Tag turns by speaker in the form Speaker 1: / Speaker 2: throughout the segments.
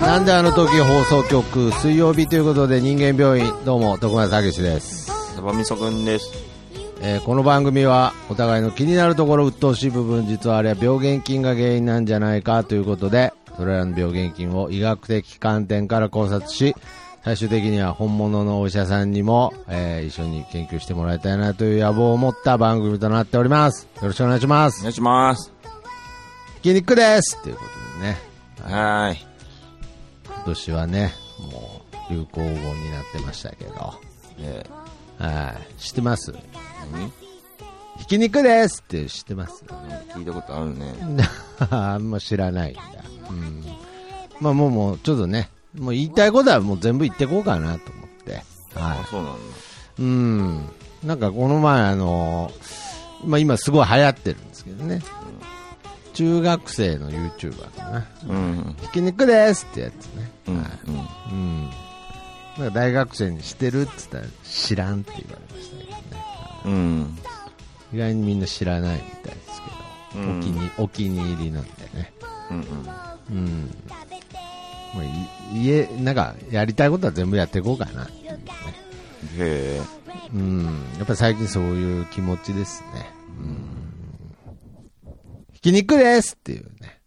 Speaker 1: なんであの時放送局水曜日ということで人間病院どうも徳松武史です、
Speaker 2: サバミソ君です。
Speaker 1: えーこの番組はお互いの気になるところ鬱陶しい部分実はあれは病原菌が原因なんじゃないかということでそれらの病原菌を医学的観点から考察し最終的には本物のお医者さんにも、えー一緒に研究してもらいたいなという野望を持った番組となっておりますよろしくお願いしま
Speaker 2: お
Speaker 1: す
Speaker 2: 願いします。
Speaker 1: 筋肉ですということでね
Speaker 2: はーい。
Speaker 1: 今年はねもう流行語になってましたけど
Speaker 2: え
Speaker 1: はい、知ってます
Speaker 2: ー、何
Speaker 1: ひき肉ですって知ってます
Speaker 2: 聞いたことあるね。
Speaker 1: あんま知らないんだ。うん。まあもうもう、ちょっとね、もう言いたいことはもう全部言ってこうかなと思って。
Speaker 2: あ
Speaker 1: は、
Speaker 2: そうなんだ。
Speaker 1: い。うん。なんかこの前あの、まあ今すごい流行ってるんですけどね。中学生の YouTuber かな。
Speaker 2: うん。
Speaker 1: ひき肉ですってやつね。
Speaker 2: うん。うん。
Speaker 1: うん。なんか大学生にしてるって言ったら知らんって言われましたけどね。
Speaker 2: うん。
Speaker 1: 意外にみんな知らないみたいですけど、
Speaker 2: うん
Speaker 1: お気にお気に入りなんでね、
Speaker 2: うん。
Speaker 1: うんまあ、い家なんかやりたいことは全部やっていこうかなっていうね、
Speaker 2: へえ。
Speaker 1: うん、やっぱ最近そういう気持ちですね、うん、ひき肉ですっていうね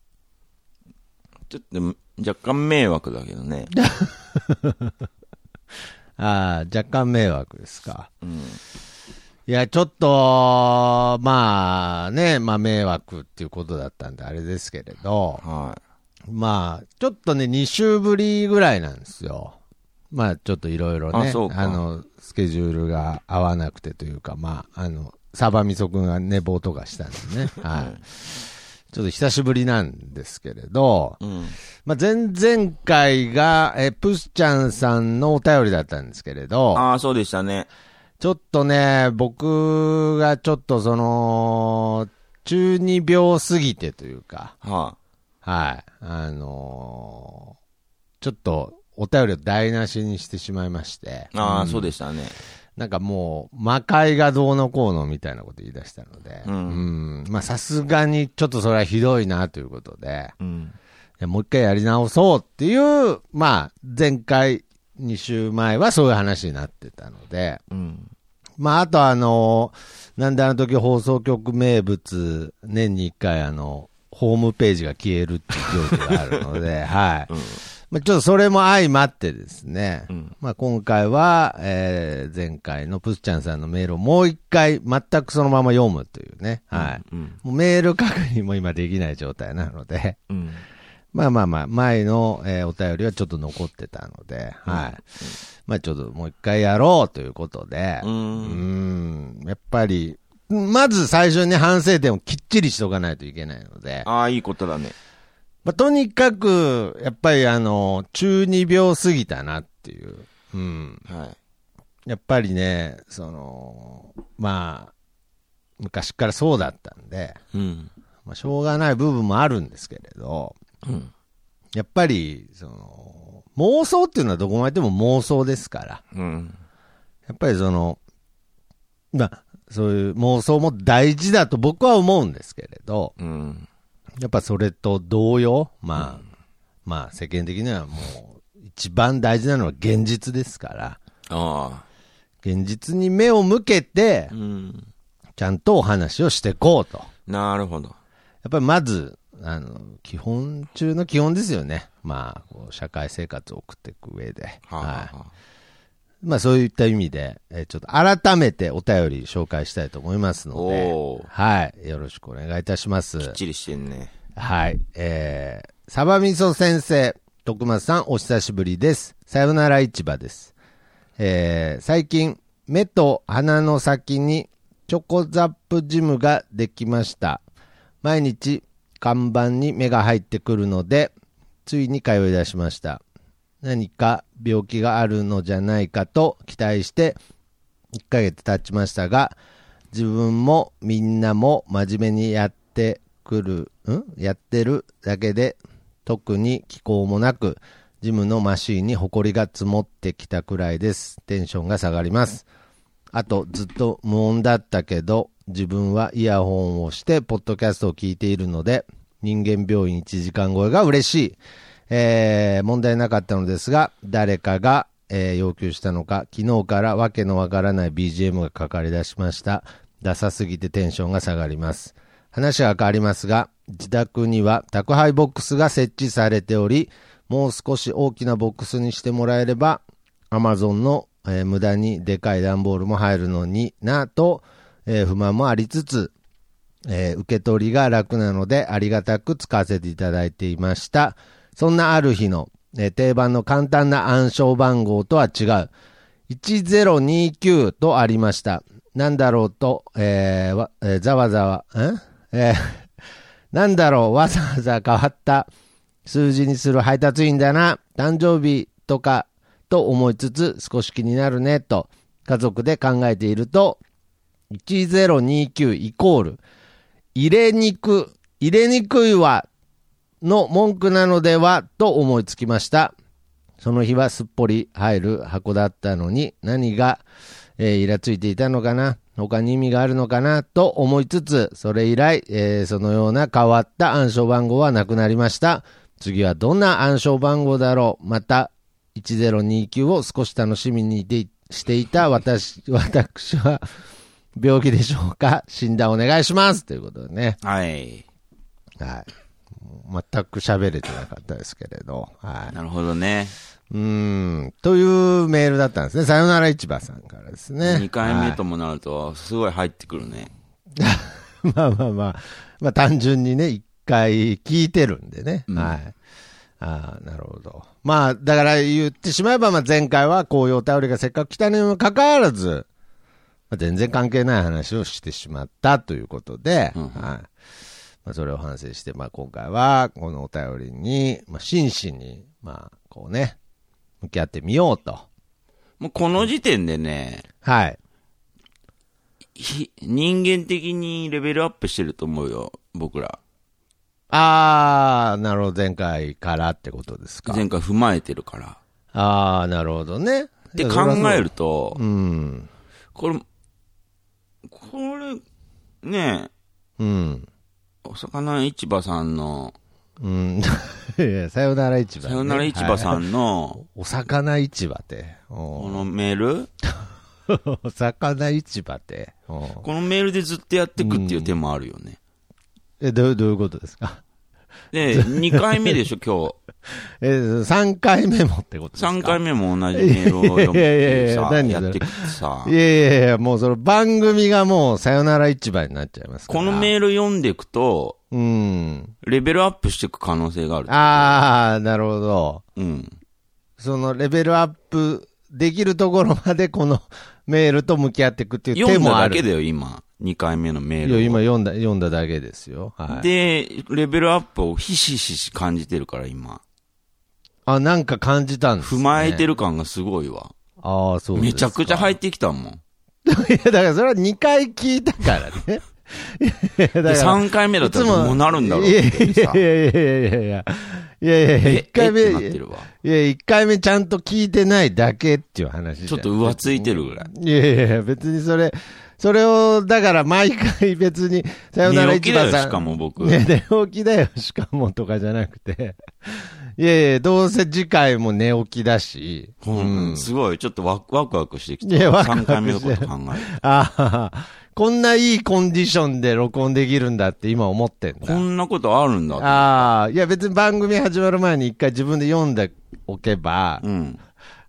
Speaker 2: ちょっと、若干迷惑だけどね。
Speaker 1: ああ若干迷惑ですか
Speaker 2: うん。
Speaker 1: いやちょっとまあね、まあ、迷惑っていうことだったんであれですけれど、
Speaker 2: は
Speaker 1: まあ、ちょっとね、2週ぶりぐらいなんですよ。まあ、ちょっといろいろね
Speaker 2: あそう、か
Speaker 1: あの、スケジュールが合わなくてというか、まあ、あの、サバミソ君が寝坊とかしたんで ね。はい。ちょっと久しぶりなんですけれど、
Speaker 2: い。うん。
Speaker 1: まあ、前々回が、え、プスちゃんさんのお便りだったんですけれど、
Speaker 2: ああ、そうでしたね。
Speaker 1: ちょっとね、僕がちょっとその、中二病すぎてというか、
Speaker 2: は
Speaker 1: はい。あのーちょっと、お便りを台無しにしてしまいまして。
Speaker 2: い。ああ、
Speaker 1: うん
Speaker 2: そうでしたね。
Speaker 1: なんかもう、魔界がどうのこうのみたいなこと言い出したので。
Speaker 2: うん
Speaker 1: うんまあ、さすがにちょっとそれはひどいなということで、
Speaker 2: うん。
Speaker 1: いやもう一回やり直そうっていう、まあ、前回、2週前はそういう話になってたので。
Speaker 2: うん。
Speaker 1: まあ、あとあのーなんであの時放送局名物、年に1回あの、ホームページが消えるっていう行事があるの で、はい。まあ、ちょっとそれも相まってですね、
Speaker 2: うん
Speaker 1: まあ、今回は、えー前回のプスちゃんさんのメールをもう一回全くそのまま読むというね、はい。
Speaker 2: うん。
Speaker 1: もうメール確認も今できない状態なので、
Speaker 2: うん。
Speaker 1: まあまあまあ、前の、えーお便りはちょっと残ってたので、はい。まあちょっともう一回やろうということで、
Speaker 2: う
Speaker 1: うーん、
Speaker 2: ん。
Speaker 1: やっぱり、まず最初に反省点をきっちりしとかないといけないので、
Speaker 2: ああ、いいことだね。
Speaker 1: まあ、とにかく、やっぱりあの、中二病過ぎたなっていう、うん、
Speaker 2: はい。
Speaker 1: やっぱりね、その、まあ、昔からそうだったんで、
Speaker 2: うん。
Speaker 1: まあ、しょうがない部分もあるんですけれど、
Speaker 2: うん。
Speaker 1: やっぱり、その、妄想っていうのはどこまでも妄想ですから、
Speaker 2: うん。
Speaker 1: やっぱりその、まあ、そういう妄想も大事だと僕は思うんですけれど、
Speaker 2: うん。
Speaker 1: やっぱそれと同様、まあ、まあ世間的にはもう、一番大事なのは現実ですから、
Speaker 2: あ
Speaker 1: 現実に目を向けて
Speaker 2: あ。う、ん。
Speaker 1: ちゃんとお話をしていこうと。や
Speaker 2: なるほど。
Speaker 1: っぱりまず、あの、基本中の基本ですよね。まあ、こう社会生活を送っていく上で。
Speaker 2: はあ、
Speaker 1: はい。
Speaker 2: は
Speaker 1: まあそういった意味で、えーちょっと改めてお便り紹介したいと思いますの
Speaker 2: お
Speaker 1: で
Speaker 2: ー、
Speaker 1: はい。よろしくお願いいたします。
Speaker 2: あ。きっちりしてんね。
Speaker 1: はい。えー、サバミソ先生、徳松さん、お久しぶりです。さよなら市場です。えー、最近、目と鼻の先にチョコザップジムができました。毎日、看板に目が入ってくるので、ついに通い出しました。何か病気があるのじゃないかと期待して、1ヶ月経ちましたが自分もみんなも真面目にやってくるんやってるだけで特に気候もなくジムのマシーンに埃が積もってきたくらいですテンションが下がりますあとずっと無音だったけど自分はイヤホンをしてポッドキャストを聞いているので人間病院1時間超えが嬉しいえー問題なかったのですが、誰かが、えー要求したのか、昨日からわけのわからない BGM がかかり出しました。ダサすぎてテンションが下がります。話は変わりますが、自宅には宅配ボックスが設置されており、もう少し大きなボックスにしてもらえれば、Amazon の、えー無駄にでかい段ボールも入るのになぁと、えー不満もありつつ、えー受け取りが楽なのでありがたく使わせていただいていました。そんなある日の、えー定番の簡単な暗証番号とは違う、1029とありました。なんだろうと、えーわえーざわざわ、んえ ーなんだろう、わざわざ変わった数字にする配達員だな、誕生日とかと思いつつ少し気になるねと家族で考えていると、1029イコール、入れにく、入れにくいわ、の文句なのでは、と思いつきました。その日はすっぽり入る箱だったのに、何が、えーイラついていたのかな他に意味があるのかなと思いつつ、それ以来、えーそのような変わった暗証番号はなくなりました。次はどんな暗証番号だろうまた、1029を少し楽しみにいてしていた私、私は、病気でしょうか診断お願いしますということでね。
Speaker 2: はい。
Speaker 1: はい。全く喋れてなかったですけれど。は
Speaker 2: なるほどね。
Speaker 1: い。うーん。というメールだったんですね。さよなら市場さんからですね。
Speaker 2: 2回目ともなると、すごい入ってくるね。
Speaker 1: はい。 まあまあまあ。まあ単純にね、一回聞いてるんでね。
Speaker 2: うん
Speaker 1: はい。ああ、なるほど。まあ、だから言ってしまえば、まあ前回はこういうお便りがせっかく来たにもかかわらず、まあ全然関係ない話をしてしまったということで、
Speaker 2: うんうん
Speaker 1: はい。まあそれを反省して、まあ今回はこのお便りに、まあ真摯に、まあこうね、向き合ってみようと。
Speaker 2: もうこの時点でね、
Speaker 1: はい。
Speaker 2: ひ人間的にレベルアップしてると思うよ、僕ら。
Speaker 1: ああ、なるほど。前回からってことですか。
Speaker 2: 前回踏まえてるから。
Speaker 1: ああ、なるほどね。
Speaker 2: で
Speaker 1: いやそれはそう
Speaker 2: 考えると
Speaker 1: う、ん。
Speaker 2: これ、これ、ね
Speaker 1: うん。
Speaker 2: お魚市場さんの、
Speaker 1: うん。 いやさよなら市場、
Speaker 2: さよなら市場
Speaker 1: ん。はい
Speaker 2: さんの、
Speaker 1: お魚市場って。
Speaker 2: こ
Speaker 1: お
Speaker 2: のメール
Speaker 1: ー お魚市場って。おー
Speaker 2: このメールでずっとやってくっていう手もあるよね。
Speaker 1: えどう、どういうことですか
Speaker 2: で、2回目でしょ、 今日。
Speaker 1: え、3回目もってことですか
Speaker 2: 3回目も同じメールを読むって
Speaker 1: いやいやいやい
Speaker 2: い
Speaker 1: うや
Speaker 2: さ、
Speaker 1: 何そ
Speaker 2: や
Speaker 1: れ
Speaker 2: ってくってさ
Speaker 1: い、やいやいや、もうその番組がもうさよなら市場になっちゃいますから。
Speaker 2: このメール読んでいくと、
Speaker 1: うん。
Speaker 2: レベルアップしていく可能性がある。
Speaker 1: ああ、なるほど。
Speaker 2: うん。
Speaker 1: そのレベルアップできるところまでこのメールと向き合っていくっていう
Speaker 2: 読
Speaker 1: 手
Speaker 2: ん
Speaker 1: も
Speaker 2: だ
Speaker 1: あ
Speaker 2: だ
Speaker 1: る。
Speaker 2: けだよ、今。2回目のメ
Speaker 1: い
Speaker 2: ール
Speaker 1: や、
Speaker 2: を。
Speaker 1: 今読んだ、読んだだけですよ。はい。
Speaker 2: で、レベルアップをひしひし感じてるから、今。
Speaker 1: あ、なんか感じたんです、
Speaker 2: 踏
Speaker 1: ね。
Speaker 2: まえてる感がすごいわ。
Speaker 1: ああ、そうです
Speaker 2: め
Speaker 1: か
Speaker 2: ちゃくちゃ入ってきたもん。
Speaker 1: いや、だからそれは2回聞いたからね。いや、だ
Speaker 2: で、3回目だったらどうなるんだろうっ
Speaker 1: いやい
Speaker 2: てさ。
Speaker 1: やいやいやいやいや。いやいやいや、
Speaker 2: え
Speaker 1: 1回目、
Speaker 2: え
Speaker 1: いや
Speaker 2: ってなってるわ。
Speaker 1: 1回目ちゃんと聞いてないだけっていう話じゃん
Speaker 2: ちょっと浮ついてるぐらい。
Speaker 1: いやいやいや、別にそれ、それを、だから毎回別に、さよなら
Speaker 2: 寝起
Speaker 1: 一
Speaker 2: きだ
Speaker 1: 番
Speaker 2: よ、
Speaker 1: さん。
Speaker 2: しかも僕。
Speaker 1: ね、寝起きだよ、しかもとかじゃなくて。いやいや、どうせ次回も寝起きだし。
Speaker 2: うん、すごい、ちょっとワクワクワクしてき
Speaker 1: い
Speaker 2: て、
Speaker 1: やワクワク
Speaker 2: 3回目のこと考える。
Speaker 1: ああ、こんないいコンディションで録音できるんだって今思ってん
Speaker 2: こ
Speaker 1: だ。
Speaker 2: んなことあるんだ
Speaker 1: ああ、いや別に番組始まる前に一回自分で読んでおけば
Speaker 2: と。うん。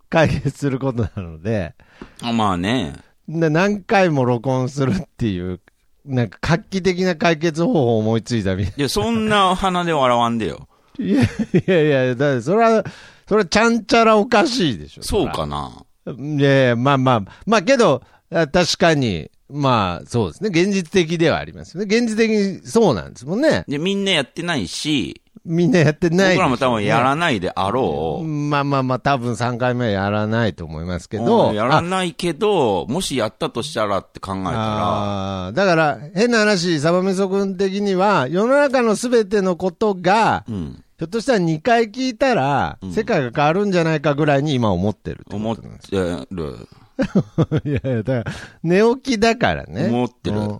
Speaker 1: 解決することなので、
Speaker 2: あまあね。
Speaker 1: な何回も録音するっていう、なんか画期的な解決方法を思いついたみたい
Speaker 2: いや、そんな鼻で笑わん でよ。
Speaker 1: いやいやいや、だってそれは、それはちゃんちゃらおかしいでしょ。
Speaker 2: そうかな。
Speaker 1: いやいや、まあまあ、まあけど、あ確かに、まあそうですね、現実的ではありますよね。現実的にそうなんですもんね。
Speaker 2: で、みんなやってないし、
Speaker 1: みんなやってない、
Speaker 2: 僕らも多分やらないであ
Speaker 1: う
Speaker 2: ろう。
Speaker 1: んまあまあまあ、多分3回目はやらないと思いますけ
Speaker 2: う
Speaker 1: ど。
Speaker 2: んやら
Speaker 1: い
Speaker 2: ないけど、もしやったとしたらって考えたら、
Speaker 1: ああーだから、変な話、サバミソ君的には、世の中のすべてのことが、
Speaker 2: うん、
Speaker 1: ひょっとしたら2回聞いたら、世界が変わるんじゃないかぐらいに今思ってるって
Speaker 2: 思
Speaker 1: こ
Speaker 2: っ
Speaker 1: となんで
Speaker 2: てる。
Speaker 1: す。いやいや、だから、寝起きだからね。
Speaker 2: 思ってる
Speaker 1: うん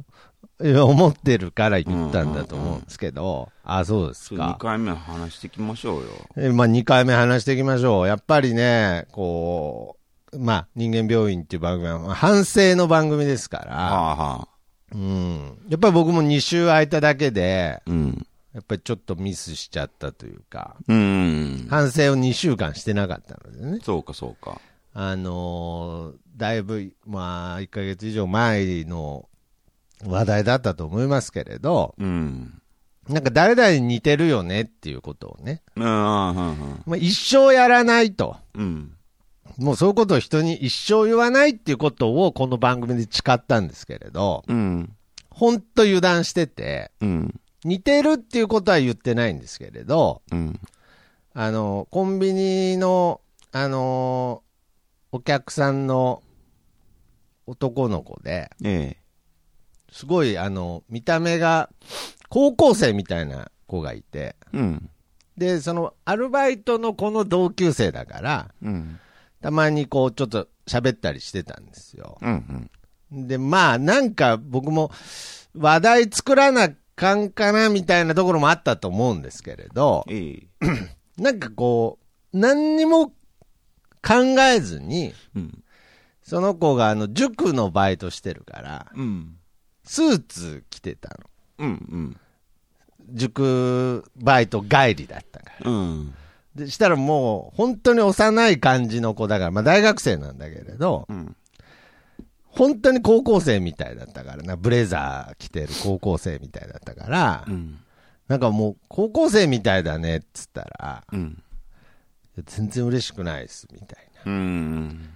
Speaker 1: いや思ってるから言ったんだと思うんですけど、あ、そうです
Speaker 2: 2
Speaker 1: か。
Speaker 2: 回目話していきましょうよ。
Speaker 1: えまあ、2回目話していきましょう。やっぱりね、こう、まあ、人間病院っていう番組は、まあ反省の番組ですから、
Speaker 2: はあはあ。
Speaker 1: うん。やっぱり僕も2週空いただけで、
Speaker 2: うん。
Speaker 1: やっぱりちょっとミスしちゃったというか、
Speaker 2: うん。
Speaker 1: 反省を2週間してなかったのでね。
Speaker 2: そうか、そうか。
Speaker 1: あのーだいぶ、まあ、1ヶ月以上前の話題だったと思いますけれど、
Speaker 2: うん。
Speaker 1: なんか誰々に似てるよねっていうことをね、
Speaker 2: うん、うん、
Speaker 1: まあ、一生やらないと、
Speaker 2: うん。
Speaker 1: もうそういうことを人に一生言わないっていうことをこの番組で誓ったんですけれど、
Speaker 2: うん。
Speaker 1: ほんと油断してて、
Speaker 2: うん。
Speaker 1: 似てるっていうことは言ってないんですけれど、
Speaker 2: うん。
Speaker 1: あの、コンビニの、あのお客さんの男の子で、
Speaker 2: ええ。
Speaker 1: すごい、あの、見た目が、高校生みたいな子がいて、
Speaker 2: うん。
Speaker 1: で、その、アルバイトの子の同級生だから、
Speaker 2: うん。
Speaker 1: たまにこう、ちょっと喋ったりしてたんですよ。
Speaker 2: うん。うん。
Speaker 1: で、まあ、なんか僕も、話題作らなかんかな、みたいなところもあったと思うんですけれど、
Speaker 2: ええ。
Speaker 1: なんかこう、何にも考えずに、
Speaker 2: うん。
Speaker 1: その子があの、塾のバイトしてるから、
Speaker 2: うん。
Speaker 1: スーツ着てたの。
Speaker 2: うん。
Speaker 1: 塾バイト帰りだったから。
Speaker 2: うん。
Speaker 1: でしたらもう、本当に幼い感じの子だから、まあ大学生なんだけれど、
Speaker 2: うん。
Speaker 1: 本当に高校生みたいだったからな、ブレザー着てる高校生みたいだったから、
Speaker 2: うん。
Speaker 1: なんかもう、高校生みたいだねっつったら、
Speaker 2: うん。
Speaker 1: 全然嬉しくないです、みたいな。
Speaker 2: うん。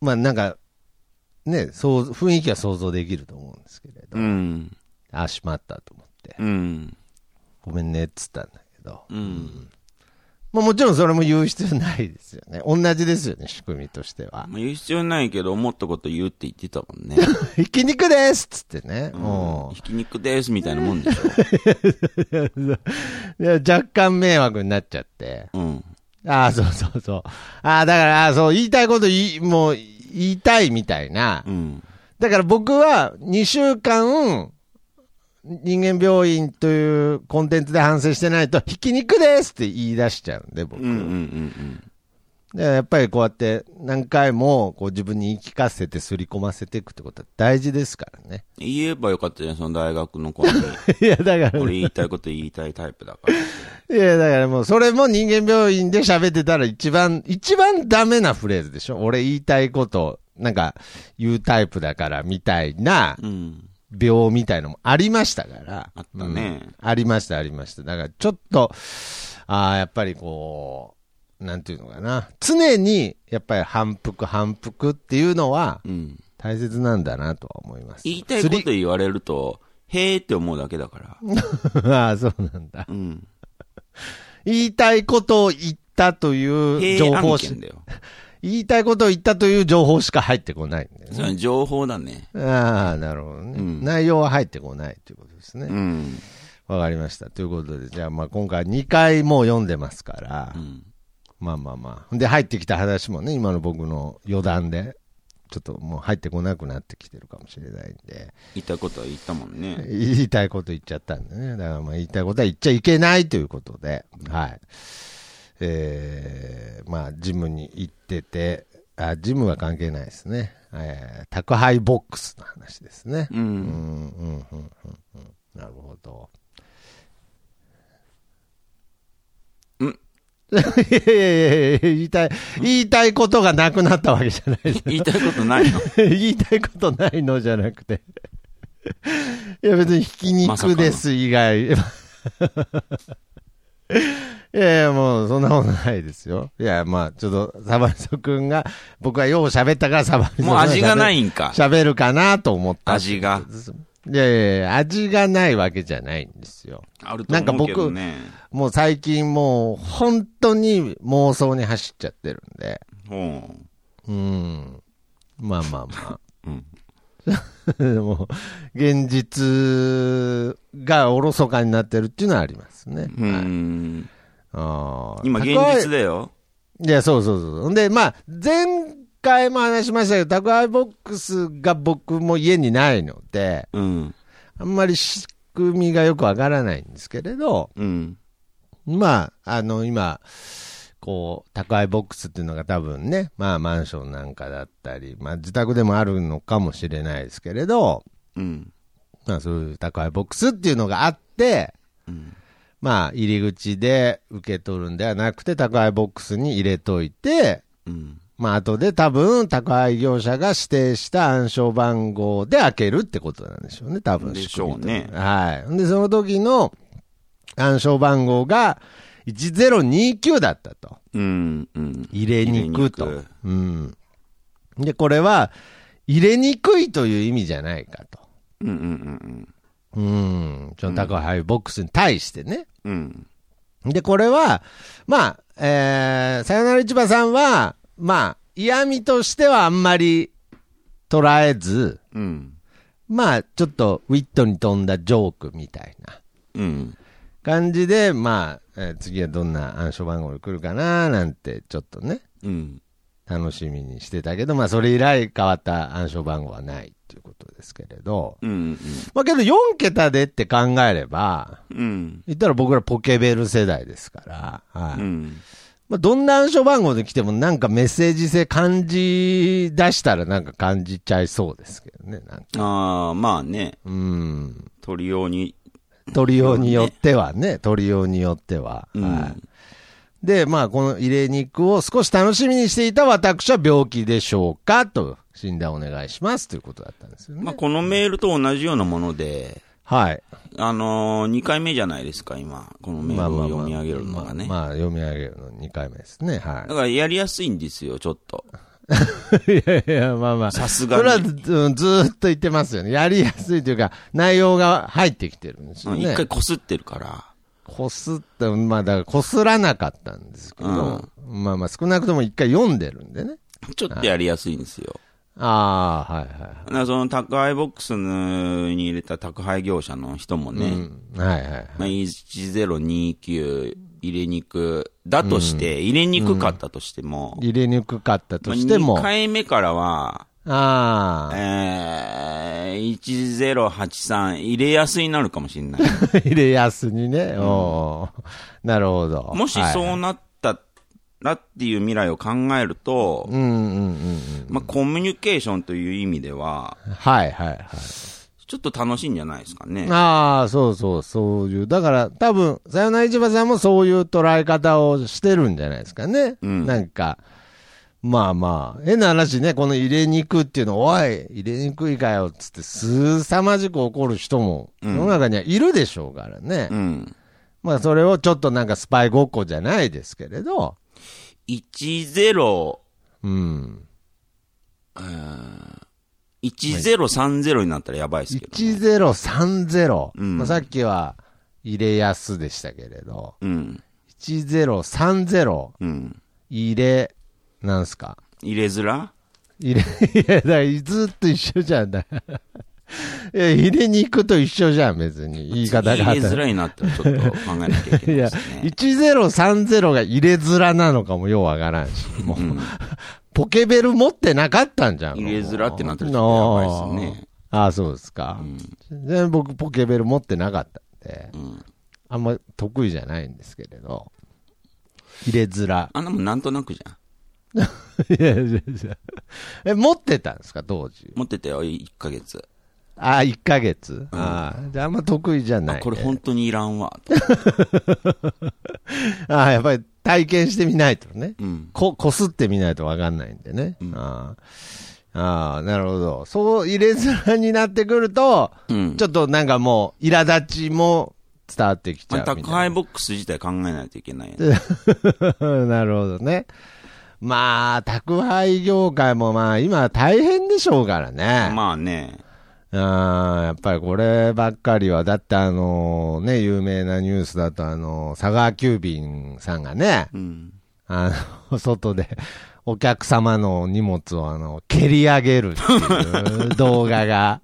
Speaker 1: まあなんか、ね、そう、雰囲気は想像できると思うんですけれど、
Speaker 2: うん。
Speaker 1: あ、しまったと思って、
Speaker 2: うん。
Speaker 1: ごめんねっつったんだけど、
Speaker 2: うん。
Speaker 1: まあもちろんそれも言う必要ないですよね。同じですよね、仕組みとしては。
Speaker 2: まあ、言う必要ないけど、思ったこと言うって言ってたもんね。
Speaker 1: ひき肉ですっつってね。
Speaker 2: うん
Speaker 1: う
Speaker 2: ひき肉ですみたいなもんでしょ。
Speaker 1: ん。いや若干迷惑になっちゃって。
Speaker 2: うん。
Speaker 1: ああ、そうそうそう。ああ、だから、あーそう、言いたいこと言い、もう、言いたいみたいな
Speaker 2: う。ん。
Speaker 1: だから僕は2週間、人間病院というコンテンツで反省してないと、ひき肉ですって言い出しちゃうんで、僕。
Speaker 2: うんうんうん
Speaker 1: でやっぱりこうやって何回もこう自分に言い聞かせて刷り込ませていくってことは大事ですからね。
Speaker 2: うん。言えばよかったじゃん、その大学の子に。
Speaker 1: いや、だから、
Speaker 2: 俺言いたいこと言いたいタイプだから。
Speaker 1: いや、だからもう、それも人間病院で喋ってたら一番、一番ダメなフレーズでしょ俺言いたいこと、なんか、言うタイプだから、みたいな、
Speaker 2: うん。
Speaker 1: 病みたいのもありましたから。
Speaker 2: あったね
Speaker 1: うんありました、ありました。だから、ちょっと、ああ、やっぱりこう、なんていうのかな。常に、やっぱり反復、反復っていうのは、
Speaker 2: うん。
Speaker 1: 大切なんだなとは思います。
Speaker 2: 言いたいこと
Speaker 1: すり
Speaker 2: 言われると、へーって思うだけだから。
Speaker 1: ああ、そうなんだ。
Speaker 2: うん。
Speaker 1: 言いたいことを言ったという
Speaker 2: へ
Speaker 1: 情
Speaker 2: ー
Speaker 1: 報
Speaker 2: 案
Speaker 1: し
Speaker 2: 件だよ。
Speaker 1: 言いたいことを言ったという情報しか入ってこないんだよ
Speaker 2: そ
Speaker 1: ね。
Speaker 2: の情報だね。
Speaker 1: ああ、なるほどね、
Speaker 2: うん
Speaker 1: 内容は入ってこないということです
Speaker 2: う
Speaker 1: ね。
Speaker 2: ん。
Speaker 1: わ、かりました。ということで、じゃあまあ今回2回もう読んでますから、
Speaker 2: うん。
Speaker 1: まあまあまあ。で、入ってきた話もね、今の僕の余談で、ちょっともう入ってこなくなってきてるかもしれないんで、
Speaker 2: 言ったことは言ったもんね。
Speaker 1: 言いたいこと言っちゃったんでね。だからまあ言いたいことは言っちゃいけないということで、はい。えー、まあジムに行ってて、あ、ジムは関係ないですね。えー、宅配ボックスの話ですね。
Speaker 2: う。
Speaker 1: うん、うんん、うん、うん、うん。なるほど。
Speaker 2: うん
Speaker 1: いやいやいや言いたい、言いたいことがなくなったわけじゃないです
Speaker 2: 言いたいことないの
Speaker 1: 言いたいことないのじゃなくて。 いや、別にひき
Speaker 2: まさか
Speaker 1: 肉
Speaker 2: の
Speaker 1: です以外。い やいや、もう、そんなことないですよ。いや、まあ、ちょっと、サバミソ君が、僕はよう喋ったからサバミソ君
Speaker 2: もう味がない
Speaker 1: ん
Speaker 2: んか。
Speaker 1: 喋るかなと思った。
Speaker 2: 味が。
Speaker 1: いやいやいや、味がないわけじゃないんですよ。
Speaker 2: あると思うけどね。
Speaker 1: もう最近もう、本当に妄想に走っちゃってるんで。
Speaker 2: ほ
Speaker 1: うん。まあまあまあ。
Speaker 2: う。うん。
Speaker 1: で も、現実がおろそかになってるっていうのはありますね。
Speaker 2: う
Speaker 1: はい
Speaker 2: ん。
Speaker 1: あー
Speaker 2: 今、現実だよ。
Speaker 1: いや、そうそうそう。ほんで、まあ、前回も話しましたけど、宅配ボックスが僕も家にないので、
Speaker 2: うん。
Speaker 1: あんまり仕組みがよくわからないんですけれど、
Speaker 2: うん。
Speaker 1: まあ、あの、今、こう、宅配ボックスっていうのが多分ね、まあ、マンションなんかだったり、まあ、自宅でもあるのかもしれないですけれど、
Speaker 2: うん。
Speaker 1: まあ、そういう宅配ボックスっていうのがあって、まあ、入り口で受け取るんではなくて、宅配ボックスに入れといて、
Speaker 2: うん。
Speaker 1: まあ、後で多分、宅配業者が指定した暗証番号で開けるってことなんでしょうね、多分。
Speaker 2: でしょうね
Speaker 1: 仕組みとかはい。で、その時の暗証番号が1029だったと。
Speaker 2: うん。うん。
Speaker 1: 入れにくと。
Speaker 2: 入れにく
Speaker 1: うん。で、これは、入れにくいという意味じゃないかと。
Speaker 2: うん。うん。
Speaker 1: うん。その宅配ボックスに対してね。
Speaker 2: うん。うん。
Speaker 1: で、これは、まあ、えー、さよなら市場さんは、まあ、嫌味としてはあんまり捉えず、
Speaker 2: うん。
Speaker 1: まあ、ちょっとウィットに富んだジョークみたいな
Speaker 2: うん。
Speaker 1: 感じで、まあ、えー次はどんな暗証番号で来るかな、なんて、ちょっとね、
Speaker 2: うん。
Speaker 1: 楽しみにしてたけど、まあ、それ以来変わった暗証番号はないっていうことですけれど、
Speaker 2: うん。
Speaker 1: まあ、けど4桁でって考えれば、
Speaker 2: うん。
Speaker 1: 言ったら僕らポケベル世代ですから、はい。
Speaker 2: うん。
Speaker 1: まあ、どんな暗証番号で来てもなんかメッセージ性感じ出したらなんか感じちゃいそうですけどね。なんか
Speaker 2: ああ、まあね、
Speaker 1: うん。
Speaker 2: 鳥用に。
Speaker 1: 取りようによってはね、取りようによっては。
Speaker 2: うん
Speaker 1: はい、で、まあ、この入れ肉を少し楽しみにしていた私は病気でしょうかと診断お願いしますということだったんですよね。
Speaker 2: まあ、このメールと同じようなもので、
Speaker 1: はい。
Speaker 2: あのー、2回目じゃないですか、今。このメ
Speaker 1: ま
Speaker 2: ー
Speaker 1: あ
Speaker 2: ル
Speaker 1: ま
Speaker 2: を
Speaker 1: あまあ
Speaker 2: 読み上げるのがね。
Speaker 1: まあ、まあ読み上げるの2回目ですね。はい
Speaker 2: だ。からやりやすいんですよ、ちょっと。
Speaker 1: いやいや、まあまあ。
Speaker 2: さす
Speaker 1: それ
Speaker 2: が
Speaker 1: は
Speaker 2: に。
Speaker 1: ずうんずーっと言ってますよね。やりやすいというか、内容が入ってきてるんです
Speaker 2: う
Speaker 1: よ
Speaker 2: ん
Speaker 1: ね。
Speaker 2: 一回こすってるから。
Speaker 1: こすった、まあだからこすらなかったんですけど、まあまあ少なくとも一回読んでるんでね。
Speaker 2: ちょっとやりやすいんですよ。
Speaker 1: ああ、はいはいは
Speaker 2: だからその宅配ボックスに入れた宅配業者の人も
Speaker 1: い。
Speaker 2: ね、
Speaker 1: うん、はいはいはい。
Speaker 2: まあ、1029入れにくだとして、入れにくかったとしても、
Speaker 1: 入れにくかったとしても、
Speaker 2: 2回目からは、
Speaker 1: あ
Speaker 2: えー、1083入れやすいになるかもしれない。
Speaker 1: あ、入れやすにね。おーなるほど。
Speaker 2: もし
Speaker 1: はい
Speaker 2: そうなったらっていう未来を考えると、
Speaker 1: うんうんうんうん。
Speaker 2: まあ、コミュニケーションという意味では、
Speaker 1: はいはいはい。
Speaker 2: ちょっと楽しいんじゃないですかね。
Speaker 1: ああ、そうそう、そういう。だから、多分、さよなら市場さんもそういう捉え方をしてるんじゃないですかね。
Speaker 2: うん
Speaker 1: なんか、まあまあ、変な話ね、この入れにくっていうの、おい、入れにくいかよ、つって、すさまじく怒る人も、世の中にはいるでしょうからね。
Speaker 2: うん。
Speaker 1: まあ、それをちょっとなんかスパイごっこじゃないですけれど、
Speaker 2: 10、
Speaker 1: うん。
Speaker 2: 1030になったらやばいですけど。
Speaker 1: 1030。
Speaker 2: うん
Speaker 1: まあ、さっきは、入れやすでしたけれど、
Speaker 2: うん。
Speaker 1: 1030、
Speaker 2: うん。
Speaker 1: 入れ、なんすか
Speaker 2: 入れづら
Speaker 1: 入れ、いや、だからずっと一緒じゃん。だからいや、入れに行くと一緒じゃん、別に。言い方が。
Speaker 2: 入れづらいなったらちょっと考えなきゃいけない
Speaker 1: いや、
Speaker 2: ですね。
Speaker 1: 1030が入れづらなのかもようわからんし。もう、ポケベル持ってなかったんじゃん。
Speaker 2: 入れづらってなったらちょっとやばいですね。
Speaker 1: あーあー、そうですか。全然僕、ポケベル持ってなかったんで、
Speaker 2: ん
Speaker 1: あんま得意じゃないんですけれど。入れづら。
Speaker 2: あんなもんなんとなくじゃん。
Speaker 1: いやいやいやえ、持ってたんですか、当時。
Speaker 2: 持ってたよ、1ヶ月。
Speaker 1: ああ、1ヶ月、ああ、じゃああんま得意じゃない、
Speaker 2: あ、
Speaker 1: ね。
Speaker 2: これ本当にいらんわ。
Speaker 1: ああ、やっぱり体験してみないとね。
Speaker 2: うん。
Speaker 1: こ、こすってみないとわかんないんでね。ああ、ああなるほど。そう入れづらになってくると、
Speaker 2: うん。
Speaker 1: ちょっとなんかもう、苛立ちも伝わってきちゃ
Speaker 2: ま
Speaker 1: う
Speaker 2: あ
Speaker 1: みたい
Speaker 2: 宅
Speaker 1: な。
Speaker 2: 配ボックス自体考えないといけないよね。
Speaker 1: なるほどね。まあ、宅配業界もまあ、今大変でしょうからね。
Speaker 2: まあね。
Speaker 1: あーやっぱりこればっかりは、だってあのね、有名なニュースだとあの、佐川急便さんがね、
Speaker 2: うん。
Speaker 1: あの、 外でお客様の荷物をあの、蹴り上げるっていう動画が。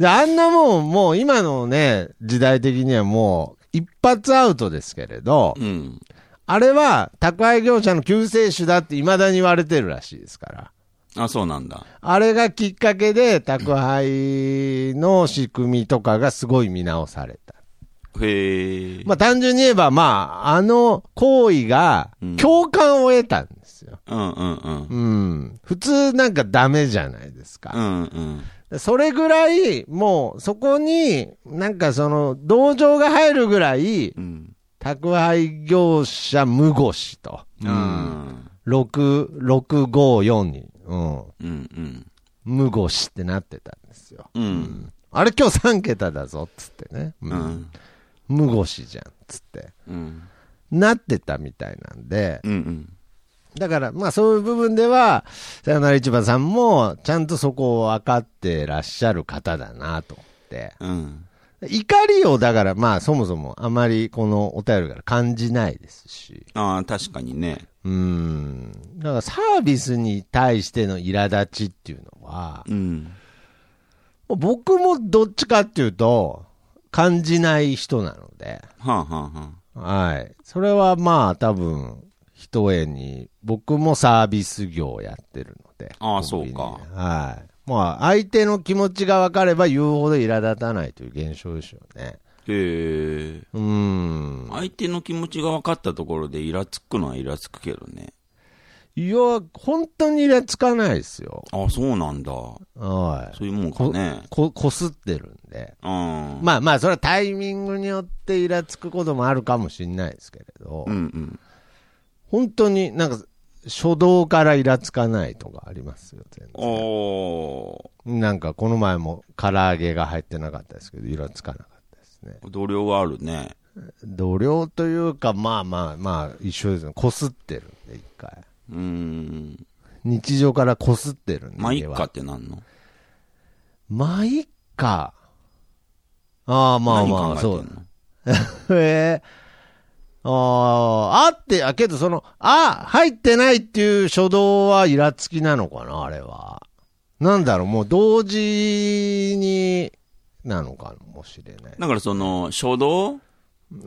Speaker 1: で、あんなもん、もう今のね、時代的にはもう、一発アウトですけれど、
Speaker 2: うん。
Speaker 1: あれは宅配業者の救世主だって未だに言われてるらしいですから。
Speaker 2: あ、そうなんだ。
Speaker 1: あれがきっかけで、宅配の仕組みとかがすごい見直された。
Speaker 2: へえ。
Speaker 1: まあ単純に言えば、まあ、あの行為が
Speaker 2: うん
Speaker 1: 共感を得たんですよ。
Speaker 2: うんうんうん。
Speaker 1: うん。普通なんかダメじゃないです
Speaker 2: う
Speaker 1: か。
Speaker 2: んうん。
Speaker 1: それぐらい、もうそこになんかその同情が入るぐらい、
Speaker 2: うん。
Speaker 1: 宅配業者無腰と。
Speaker 2: うん。うん
Speaker 1: 6、654に。うん。
Speaker 2: うん。
Speaker 1: 無腰ってなってたんですよ。
Speaker 2: うん。
Speaker 1: あれ今日3桁だぞっつってね。う。
Speaker 2: うんん。
Speaker 1: 無腰じゃんっつって。
Speaker 2: うん。
Speaker 1: なってたみたいなんで、
Speaker 2: うんうん。
Speaker 1: だから、まあそういう部分では、さよなら市場さんも、ちゃんとそこを分かってらっしゃる方だなと思って。
Speaker 2: うん。
Speaker 1: 怒りを、だからまあそもそもあまりこのお便りから感じないですし。
Speaker 2: ああ、確かにね。
Speaker 1: うん。だからサービスに対しての苛立ちっていうのは、
Speaker 2: うん。
Speaker 1: 僕もどっちかっていうと、感じない人なので、
Speaker 2: はあはあはあ。
Speaker 1: はい。それはまあ多分、一重に、僕もサービス業をやってるので。
Speaker 2: ああそうか
Speaker 1: コンビニではい。まあ、相手の気持ちが分かれば言うほど苛立たないという現象でしょうね。
Speaker 2: へえ。
Speaker 1: うーん。
Speaker 2: 相手の気持ちが分かったところでイラつくのはイラつくけどね。
Speaker 1: いや、本当にイラつかないですよ。
Speaker 2: ああ、そうなんだ。
Speaker 1: は
Speaker 2: そういうもんかね
Speaker 1: い。。こ、こすってるんで。
Speaker 2: うん。
Speaker 1: まあまあ、それはタイミングによってイラつくこともあるかもしれないですけれど。
Speaker 2: うんうん。
Speaker 1: 本当になんか、初動からイラつかないとかありますよ、全然。
Speaker 2: おー。
Speaker 1: なんかこの前も唐揚げが入ってなかったですけど、イラつかなかったですね。
Speaker 2: 同僚があるね。
Speaker 1: 同僚というか、まあまあまあ、一緒ですね。こすってるんで、一回。
Speaker 2: うーん。
Speaker 1: 日常からこすってるんで。
Speaker 2: まあ、いっ
Speaker 1: 家
Speaker 2: か
Speaker 1: は
Speaker 2: っ。てなんの
Speaker 1: まあいっか。ああ、まあまあ、そう。 へえ。ああ、あって、あ、けどその、あ、入ってないっていう初動はイラつきなのかな、あれは。なんだろう、もう同時に、なのかもしれない。
Speaker 2: だからその、初動、
Speaker 1: はい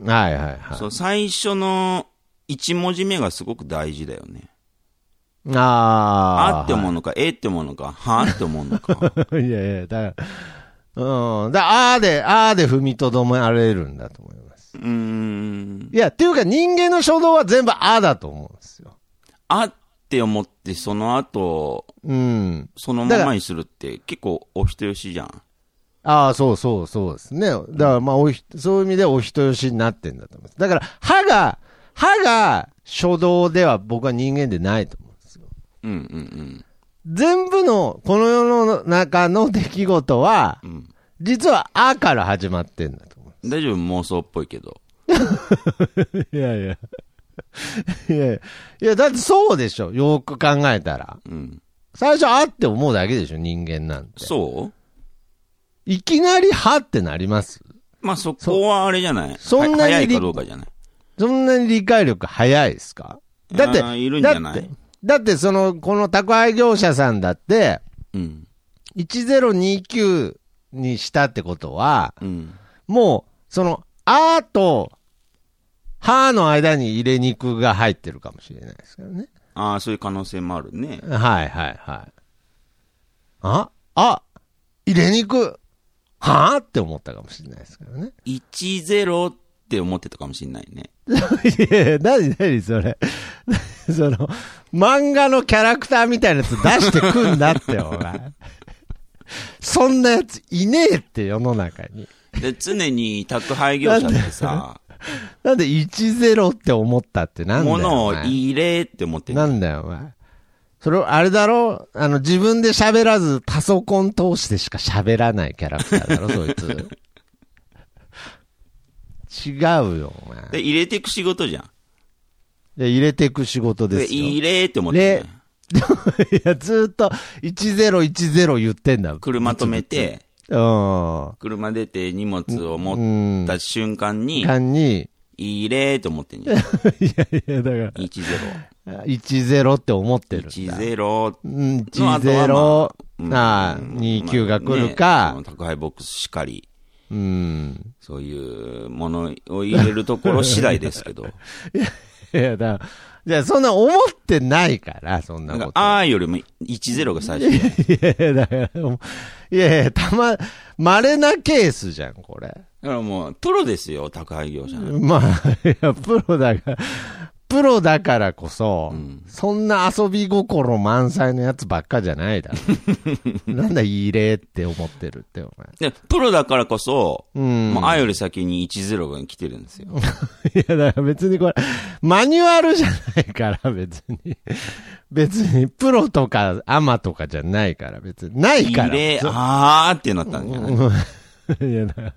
Speaker 1: はいは
Speaker 2: そう最初の一文字目がすごく大事だよね。
Speaker 1: い。ああ。
Speaker 2: あって思うのか、えって思うのか、はって思う のか。
Speaker 1: はい。いやいや、だから、うん。だあーで、あーで踏みとどめられるんだと思います。
Speaker 2: うーん。
Speaker 1: いや、っていうか人間の初動は全部あーだと思うんですよ。
Speaker 2: あって思って、その後、
Speaker 1: うん。
Speaker 2: そのままにするって結構お人よしじゃん。
Speaker 1: ああ、そうそうそうですね。だからまあおひ、そういう意味でお人よしになってんだと思います。だから、歯が、歯が初動では僕は人間でないと思うんですよ。
Speaker 2: うんうん
Speaker 1: 全部の、この世の中の出来事は
Speaker 2: う、ん。うん、
Speaker 1: 実はあから始まってんだと思
Speaker 2: 大丈夫妄想っぽいけど。
Speaker 1: う。いやいや。 いやいや。いや、だってそうでしょ。よく考えたら。
Speaker 2: うん。
Speaker 1: 最初、あって思うだけでしょ、人間なんて。
Speaker 2: そ
Speaker 1: いきなり、歯ってなります
Speaker 2: うまあそこはあれじゃない。
Speaker 1: そそんなに
Speaker 2: は早いかどうかじゃない。
Speaker 1: そんなに理解力早いですかだって
Speaker 2: あーいるんじゃない
Speaker 1: だって、だってその、この宅配業者さんだって、
Speaker 2: うん。
Speaker 1: 1029にしたってことは、
Speaker 2: うん。
Speaker 1: もう、その、あーと、はーの間に入れ肉が入ってるかもしれないですからね。
Speaker 2: ああ、そういう可能性もあるね。
Speaker 1: はいはいはい。ああ入れ肉はーって思ったかもしれないですから ね。
Speaker 2: 10って思ってたかもしれないね。
Speaker 1: いやいや、なになにそれ。その、漫画のキャラクターみたいなやつ出してくんなって、お前。そんなやついねえって、世の中に。
Speaker 2: で、常に宅配業者ってさ、
Speaker 1: なんで10って思ったってなんだよ。
Speaker 2: 物
Speaker 1: お
Speaker 2: を
Speaker 1: 前
Speaker 2: 入れって思ってる。
Speaker 1: なんだよ、お前。それ、あれだろあの、自分で喋らず、パソコン通してしか喋らないキャラクターだ ろ、そいつ。違うよ、お前。
Speaker 2: で、入れていく仕事じゃん。
Speaker 1: で入れて いく仕事
Speaker 2: で、
Speaker 1: ですよ。
Speaker 2: 入れって思ってる、ね。
Speaker 1: いや、ずーっと1010言ってんだ。
Speaker 2: 車止めて、
Speaker 1: うん。
Speaker 2: 車出て荷物を持った瞬間に、
Speaker 1: 間に、
Speaker 2: 入れって思ってんじゃん。
Speaker 1: いやいや、だか
Speaker 2: 10。
Speaker 1: ら、10って思ってるんだ。
Speaker 2: 10。
Speaker 1: うん、
Speaker 2: の後は
Speaker 1: 10、
Speaker 2: ま
Speaker 1: あ
Speaker 2: あ、
Speaker 1: あ
Speaker 2: うん
Speaker 1: 29が来る
Speaker 2: ねそ
Speaker 1: か
Speaker 2: の、宅配ボックスしかり。
Speaker 1: うん。
Speaker 2: そういうものを入れるところ次第で すけど、
Speaker 1: いや、だからじゃあそんな思ってないから、そんな
Speaker 2: なん
Speaker 1: こ
Speaker 2: か
Speaker 1: と。
Speaker 2: あーよりも10が最初に
Speaker 1: いやいや、だから、いやいや、たま、稀なケースじゃん、これ。
Speaker 2: だからもう、プロですよ、宅配業者の。
Speaker 1: まあ、いや、プロだから、プロだからこそ、
Speaker 2: うん
Speaker 1: そんな遊び心満載のやつばっかじゃないだ ろ。なんだ、いい例って思ってるって、お
Speaker 2: で、プロだからこそ、
Speaker 1: 前。うん。
Speaker 2: もう、あより先に10が来てるんですよ。
Speaker 1: いや、だから別にこれ、マニュアルじゃないから、別に。別に、プロとか、アマとかじゃないから、別に。ないから。
Speaker 2: 入れ、あーってなったんじゃない、
Speaker 1: いやだ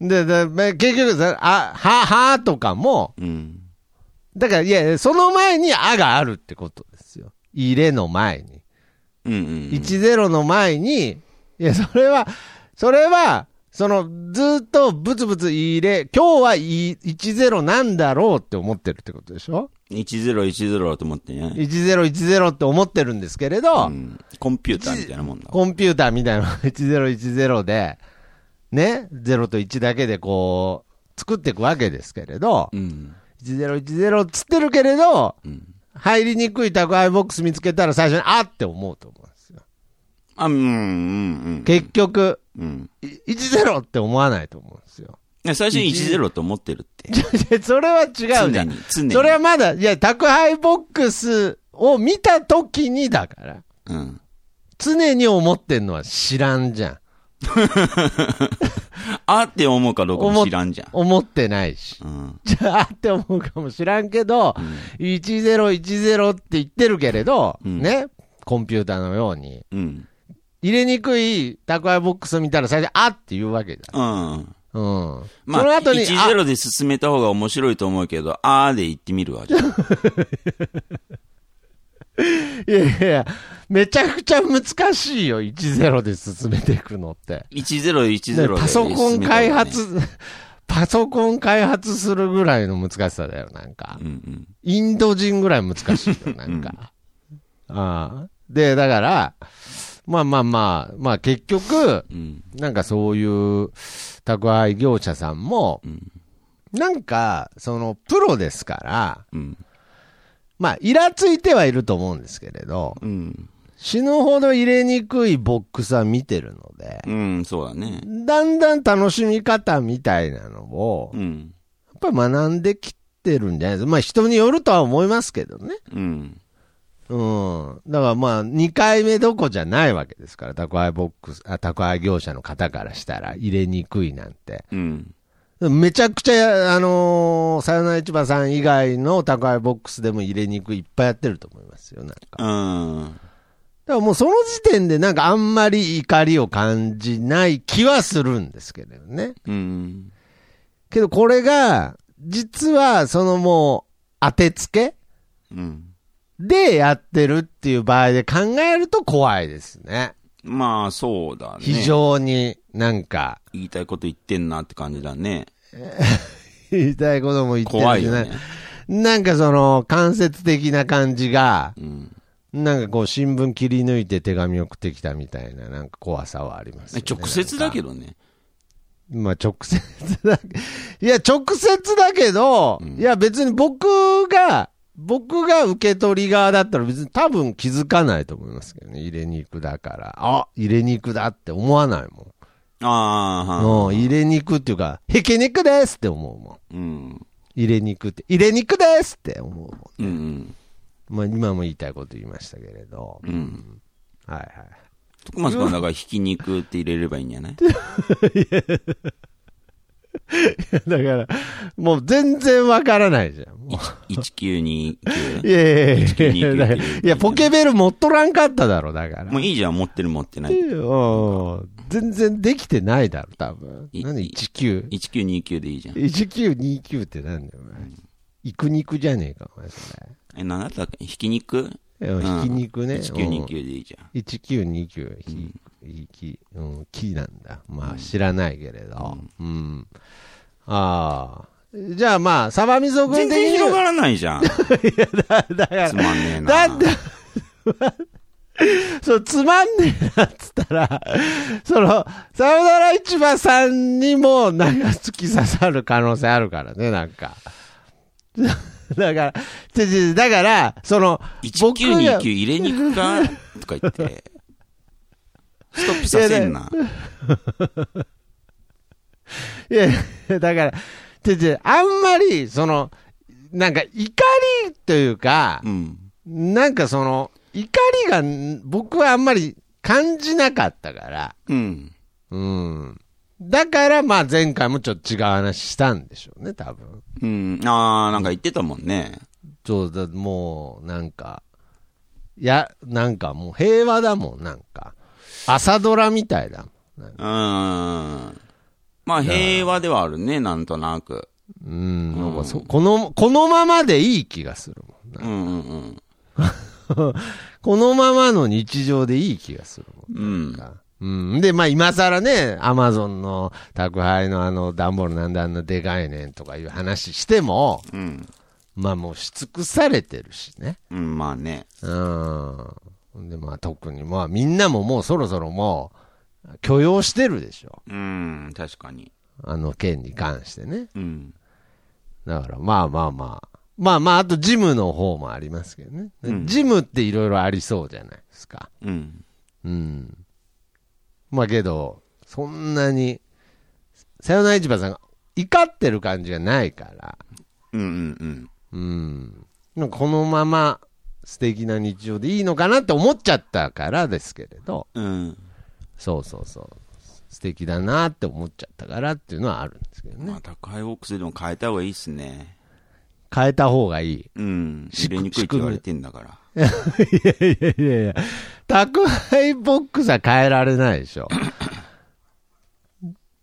Speaker 1: で、で、まあ結局さ、あ、は、はとかも、
Speaker 2: うん。
Speaker 1: だから、いや、その前にあがあるってことですよ。入れの前に。
Speaker 2: うんうん。
Speaker 1: 10の前に、いや、それは、それは、その、ずっとブツブツ入れ、今日はい10なんだろうって思ってるってことでしょ
Speaker 2: 1010と思ってね。
Speaker 1: ?1010 って思ってるんですけれど、
Speaker 2: うん。コンピューターみたいなもんだ。
Speaker 1: コンピューターみたいな 1010で、ね、0と1だけでこう、作っていくわけですけれど、
Speaker 2: うん。
Speaker 1: 1010っつってるけれど、
Speaker 2: うん。
Speaker 1: 入りにくい宅配ボックス見つけたら最初にあって思うと思うんですよ。
Speaker 2: あ、うん、うん、
Speaker 1: 結局、
Speaker 2: うん。うん。
Speaker 1: い10って思わないと思うんですよ。
Speaker 2: いや最初に10と思ってるって。
Speaker 1: いやそれは違うじゃ
Speaker 2: 常
Speaker 1: ん
Speaker 2: に。、常に。
Speaker 1: それはまだ、いや、宅配ボックスを見た時にだから、
Speaker 2: うん。
Speaker 1: 常に思ってんのは知らんじゃん。
Speaker 2: あーって思うかどうかも知らんじゃん。
Speaker 1: 思ってないし。
Speaker 2: うん。
Speaker 1: じゃあって思うかもしらんけど、1010って言ってるけれど、
Speaker 2: うん
Speaker 1: ね、コンピューターのように、
Speaker 2: うん。
Speaker 1: 入れにくい宅配ボックスを見たら最初、あって言うわけだ。
Speaker 2: うん。
Speaker 1: うん。
Speaker 2: ま
Speaker 1: その
Speaker 2: あ、
Speaker 1: 後に、
Speaker 2: 10で進めた方が面白いと思うけど、あーで言ってみるわ、じゃ あ
Speaker 1: あいやいや、めちゃくちゃ難しいよ、10で進めていくのって。
Speaker 2: 1010
Speaker 1: ね
Speaker 2: で、
Speaker 1: パソコン開発、 パソコン開発するぐらいの難しさだよ、なんか
Speaker 2: う。んうん。
Speaker 1: インド人ぐらい難 しいよ、なんか。ああで、だから、まあまあまあ、まあ結局、
Speaker 2: うん。
Speaker 1: なんかそういう宅配業者さんも、
Speaker 2: ん
Speaker 1: なんか、その、プロですから、
Speaker 2: うん。
Speaker 1: まあ、イラついてはいると思うんですけれど、
Speaker 2: うん。
Speaker 1: 死ぬほど入れにくいボックスは見てるので、
Speaker 2: うん、そうだね。
Speaker 1: だんだん楽しみ方みたいなのを、
Speaker 2: う
Speaker 1: や
Speaker 2: ん。
Speaker 1: っぱり学んできてるんじゃないですか。まあ、人によるとは思いますけどね。
Speaker 2: うん。
Speaker 1: うん。だからまあ、2回目どこじゃないわけですから、宅配ボックス、あ宅配業者の方からしたら入れにくいなんて。
Speaker 2: うん。
Speaker 1: めちゃくちゃ、あのーさよなら市場さん以外の宅配ボックスでも入れにくいいっぱいやってると思いますよ、なんか。だか
Speaker 2: うん。
Speaker 1: らもうその時点でなんかあんまり怒りを感じない気はするんですけどね。
Speaker 2: うん。
Speaker 1: けどこれが、実はそのもう、当てつけ
Speaker 2: うん。
Speaker 1: でやってるっていう場合で考えると怖いですね。
Speaker 2: まあ、そうだね。
Speaker 1: 非常になん か、
Speaker 2: 言いたいこと言ってんなって感じだね。
Speaker 1: 言いたいことも言ってるし
Speaker 2: 怖いよね。
Speaker 1: なんかその、間接的な感じが、
Speaker 2: うん。
Speaker 1: なんかこう、新聞切り抜いて手紙送ってきたみたいな、なんか怖さはあります、ね。
Speaker 2: 直接だけ
Speaker 1: ど。
Speaker 2: どね。
Speaker 1: まあ直接だけ いや、直接だけど、いや別に僕が、僕が受け取り側だったら別に多分気づかないと思いますけどね。入れ肉だから。あ入れ肉だって思わないもん。
Speaker 2: あ
Speaker 1: うん、入れ肉っていうか、へけ肉ですって思うもん。
Speaker 2: あ、うん。
Speaker 1: 入れ肉って、入れ肉ですって思うもん。
Speaker 2: うん。うん。
Speaker 1: まあ、今も言いたいこと言いましたけれど、
Speaker 2: うん。
Speaker 1: はいはい。
Speaker 2: 徳松君はだから、ひき肉って入れればいいんじゃない
Speaker 1: だから、もう全然わからないじゃん。もう
Speaker 2: ?1929?
Speaker 1: いやいやい
Speaker 2: 192
Speaker 1: や
Speaker 2: っ
Speaker 1: い
Speaker 2: て
Speaker 1: や、
Speaker 2: 言う
Speaker 1: だからいや、ポケベル持っとらんかっただろ、だから。
Speaker 2: もういいじゃん、持ってる持ってない。
Speaker 1: うん全然できてないだろ、多分。
Speaker 2: い
Speaker 1: 何、
Speaker 2: い
Speaker 1: 19。
Speaker 2: 1929でいいじゃん。
Speaker 1: 1929ってなんだよ、お前。いく肉じゃねえか、お前、そ
Speaker 2: え、なんだったっけひき肉
Speaker 1: れ。いやひき肉ね。
Speaker 2: 1929でいいじゃん。
Speaker 1: 1929ひ、ひき、うん、木なんだ。まあ知らないけれど。うん。ああ。じゃあまあ、サバミソ君
Speaker 2: 全
Speaker 1: 的
Speaker 2: 然
Speaker 1: に
Speaker 2: 広
Speaker 1: は
Speaker 2: がらないじゃん。
Speaker 1: だから
Speaker 2: つまんねえな。
Speaker 1: だって、そう、つまんねえなっつったら、その、さよなら市場さんにも、なんか突き刺さる可能性あるからね、なんか。 だから、ちょちょだから、その、僕が
Speaker 2: 1929入れに行くかとか言って、ストップさせんな。
Speaker 1: いやいや、だから、ちょちょあんまり、その、なんか怒りというか
Speaker 2: う、ん。
Speaker 1: なんかその、怒りがん僕はあんまり感じなかったから、
Speaker 2: うん。
Speaker 1: うん。だから、まあ前回もちょっと違う話したんでしょうね、多分。
Speaker 2: うん。あー、なんか言ってたもんね。
Speaker 1: そうだ、もう、なんか、いや、なんかもう平和だもん、なんか。朝ドラみたいだもん。なんか
Speaker 2: うーん。まあ、平和ではあるね、なんとなく。
Speaker 1: うん、なんかそ、この、このままでいい気がするもんな。
Speaker 2: うんうん
Speaker 1: このままの日常でいい気がするもん。
Speaker 2: うん。うん。
Speaker 1: かうん、で、まあ、今更ね、アマゾンの宅配のあの、段ボールなんであんなでかいねんとかいう話しても、
Speaker 2: うん。
Speaker 1: まあ、もうし尽くされてるしね。
Speaker 2: うん、まあね。
Speaker 1: うん。で、まあ、特に、まあ、みんなももうそろそろもう、許容してるでしょ。
Speaker 2: うん、確かに。
Speaker 1: あの件に関してね。
Speaker 2: うん。
Speaker 1: だから、まあまあまあ。まあまあ、あとジムの方もありますけどね。
Speaker 2: うん
Speaker 1: ジムっていろいろありそうじゃないですか。
Speaker 2: うん。
Speaker 1: うん。まあけど、そんなに、さよなら市場さんが怒ってる感じがないから、
Speaker 2: うんうんうん。
Speaker 1: うん。なんかこのまま素敵な日常でいいのかなって思っちゃったからですけれど、
Speaker 2: うん。
Speaker 1: そうそうそう。素敵だなって思っちゃったからっていうのはあるんですけどね
Speaker 2: ま。あ、宅配ボックスでも変えた方がいいっすね。
Speaker 1: 変えた方がいい。
Speaker 2: うん。
Speaker 1: し
Speaker 2: 入れにくいって言われてんだから。
Speaker 1: いやいやいやいや、宅配ボックスは変えられないで しょ。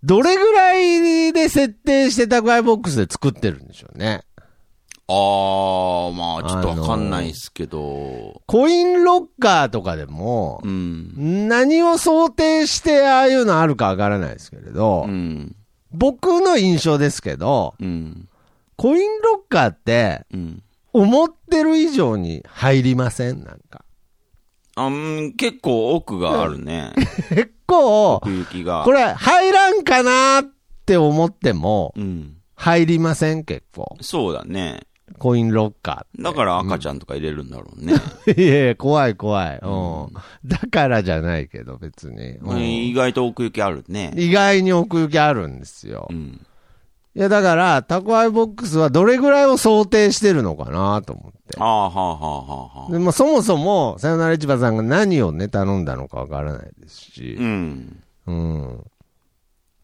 Speaker 1: どれぐらいで設定して宅配ボックスで作ってるんでしょうね。
Speaker 2: あー、まあ、ちょっとわかんないっすけど。
Speaker 1: コインロッカーとかでも
Speaker 2: う、ん。
Speaker 1: 何を想定してああいうのあるかわからないですけれど、
Speaker 2: うん。
Speaker 1: 僕の印象ですけど、
Speaker 2: うん。
Speaker 1: コインロッカーって
Speaker 2: うん。
Speaker 1: 思ってる以上に入りませんなんか。
Speaker 2: あん、結構奥があるね。
Speaker 1: 結構、
Speaker 2: 奥行きが。
Speaker 1: これ入らんかなって思っても、
Speaker 2: うん。
Speaker 1: 入りません結構。
Speaker 2: そうだね。
Speaker 1: コインロッカ
Speaker 2: だから赤ちゃんとか入れるんだろうね。
Speaker 1: ー って。いやいや、怖い怖い。うん。だからじゃないけど、別に。うん
Speaker 2: うん意外と奥行きあるね。
Speaker 1: 意外に奥行きあるんですよ
Speaker 2: う。ん。
Speaker 1: いや、だから、宅配ボックスはどれぐらいを想定してるのかなと思って
Speaker 2: あ。あ、はあはあはあはあ。
Speaker 1: でもそもそも、さよなら市場さんが何をね、頼んだのかわからないです
Speaker 2: う
Speaker 1: し。
Speaker 2: ん。
Speaker 1: うん。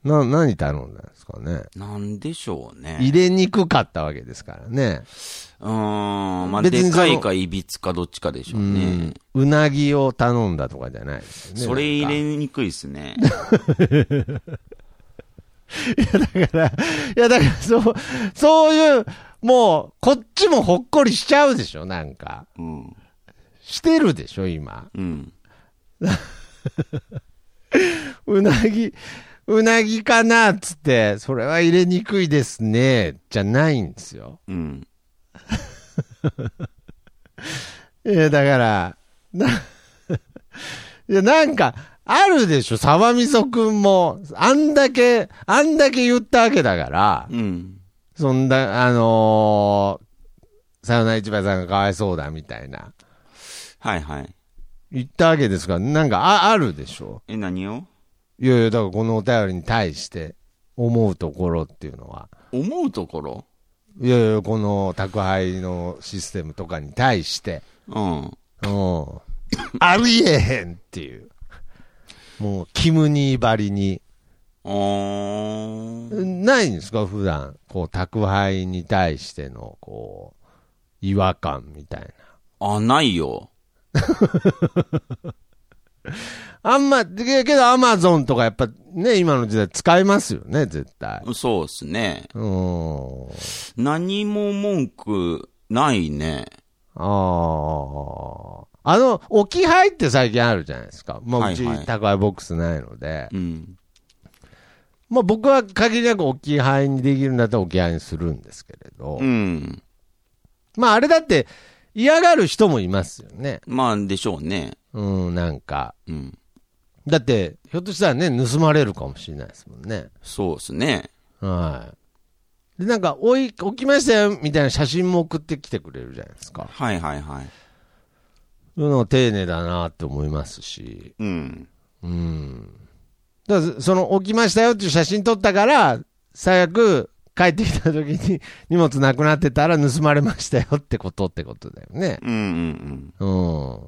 Speaker 1: な、何頼んだんですかね。
Speaker 2: なんでしょう
Speaker 1: 入
Speaker 2: ね。
Speaker 1: れにくかったわけですからね。
Speaker 2: うーん。まあ、
Speaker 1: 別に
Speaker 2: で
Speaker 1: その
Speaker 2: かいかいびつかどっちかでしょ
Speaker 1: う
Speaker 2: うね
Speaker 1: ん。。うなぎを頼んだとかじゃないですよね。
Speaker 2: それ入
Speaker 1: なんか
Speaker 2: れにくいっすね。
Speaker 1: いや、だから、そう、そういう、もう、こっちもほっこりしちゃうでしょ、なんか。
Speaker 2: うん。
Speaker 1: してるでしょ、今。
Speaker 2: うん。
Speaker 1: うなぎ、うなぎかなっつって、それは入れにくいですね、じゃないんですよ。
Speaker 2: うん。
Speaker 1: いや、だから、な、 いや、なんか、あるでしょ、沢味噌くんも。あんだけ、あんだけ言ったわけだから、
Speaker 2: うん。
Speaker 1: そんな、あのー、さよなら市場さんがかわいそうだみたいな。
Speaker 2: はいはい。
Speaker 1: 言ったわけですから、なんかああるでしょ
Speaker 2: え、何を
Speaker 1: いやいや、だからこのお便りに対して思うところっていうのは、
Speaker 2: 思うところ
Speaker 1: いやいや、この宅配のシステムとかに対して、
Speaker 2: う
Speaker 1: う
Speaker 2: ん。
Speaker 1: ん、ありえへんっていう。もう、キムニーばりに。
Speaker 2: あー。
Speaker 1: ないんですか普段、こう、宅配に対しての、こう、違和感みたいな。
Speaker 2: あ、ないよ。
Speaker 1: あんま、でけど、アマゾンとかやっぱね、今の時代使いますよね、絶対。
Speaker 2: そうっすね。
Speaker 1: うん。
Speaker 2: 何も文句ないね。
Speaker 1: ああ。あの、置き配って最近あるじゃないですか。まあ、
Speaker 2: は
Speaker 1: う
Speaker 2: い
Speaker 1: ち
Speaker 2: はい
Speaker 1: 宅配ボックスないので。
Speaker 2: うん。
Speaker 1: まあ、僕は限りなく置き配にできるんだったら置き配にするんですけれど。
Speaker 2: うん。
Speaker 1: まあ、あれだって、嫌がる人もいますよね。
Speaker 2: まあ、でしょうね。
Speaker 1: うん、なんか。
Speaker 2: うん。
Speaker 1: だって、ひょっとしたらね、盗まれるかもしれないですもんね。
Speaker 2: そうですね。
Speaker 1: はい。で、なんか、おい、起きましたよ、みたいな写真も送ってきてくれるじゃないですか。
Speaker 2: はいはいはい。
Speaker 1: そういうの丁寧だなって思いますし。
Speaker 2: うん。
Speaker 1: うん。だからその、起きましたよっていう写真撮ったから、最悪、帰ってきた時に荷物なくなってたら盗まれましたよってことってことだよね。
Speaker 2: うんうんうん。
Speaker 1: うん。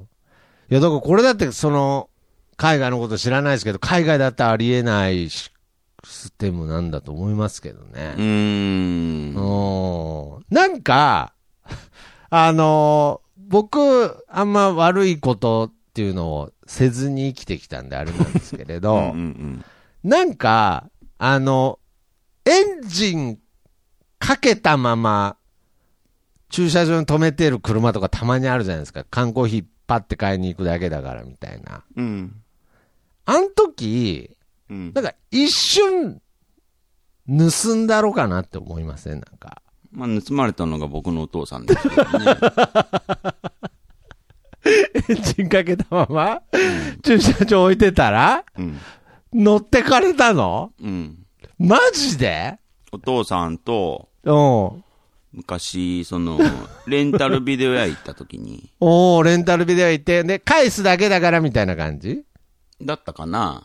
Speaker 1: いや、だからこれだって、その、海外のこと知らないですけど、海外だったらありえないシステムなんだと思いますけどね。
Speaker 2: うーん。
Speaker 1: うんなんか、 あの僕、あんま悪いことっていうのをせずに生きてきたんであれなんですけれ
Speaker 2: う
Speaker 1: ど
Speaker 2: んう、ん
Speaker 1: なんか、あの、エンジンかけたまま、駐車場に止めてる車とかたまにあるじゃないですか。缶コーヒーパッて買いに行くだけだからみたいな。
Speaker 2: うん。うん。
Speaker 1: あん時、
Speaker 2: うん
Speaker 1: なんか一瞬、盗んだろかなって思いませんなんか。
Speaker 2: まあ、盗まれたのが僕のお父さんですけどね。
Speaker 1: エンジンかけたまま、駐車場置いてたら、
Speaker 2: うん。
Speaker 1: 乗ってかれたの
Speaker 2: うん。
Speaker 1: マジで
Speaker 2: お父さんと、
Speaker 1: うん。
Speaker 2: 昔、その、レンタルビデオ屋行った時に、
Speaker 1: おー、レンタルビデオ行って、で、返すだけだからみたいな感じ
Speaker 2: だったかな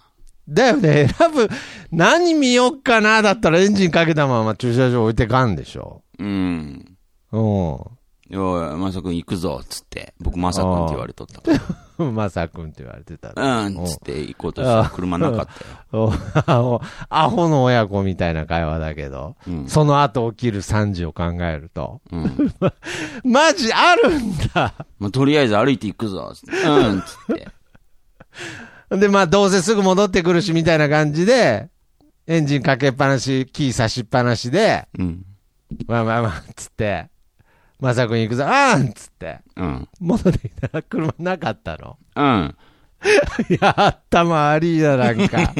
Speaker 1: だよね、選ぶ、何見よっかな、だったらエンジンかけたまま駐車場置いてかんでしょ。
Speaker 2: うん。
Speaker 1: う
Speaker 2: おい、まさくん行くぞ、つって。僕、まさくんって言われとったか
Speaker 1: ん。 まさくんって言われてたね。
Speaker 2: ら。うん、つって行こうとしたら車なかったよ。
Speaker 1: おアホ アホの親子みたいな会話だけど、
Speaker 2: うん
Speaker 1: その後起きる惨時を考えると。
Speaker 2: うん。
Speaker 1: マジあるんだ
Speaker 2: まあ、とりあえず歩いて行くぞ、つって。うん、つって。
Speaker 1: で、まあ、どうせすぐ戻ってくるし、みたいな感じで、エンジンかけっぱなし、キー差しっぱなしで、
Speaker 2: うん。
Speaker 1: まあまあまあ、つって、まさくん行くぞ、あーんつって、
Speaker 2: うん。
Speaker 1: 戻ってきたら車なかったの。
Speaker 2: うん。
Speaker 1: い や、頭悪いな、なんか。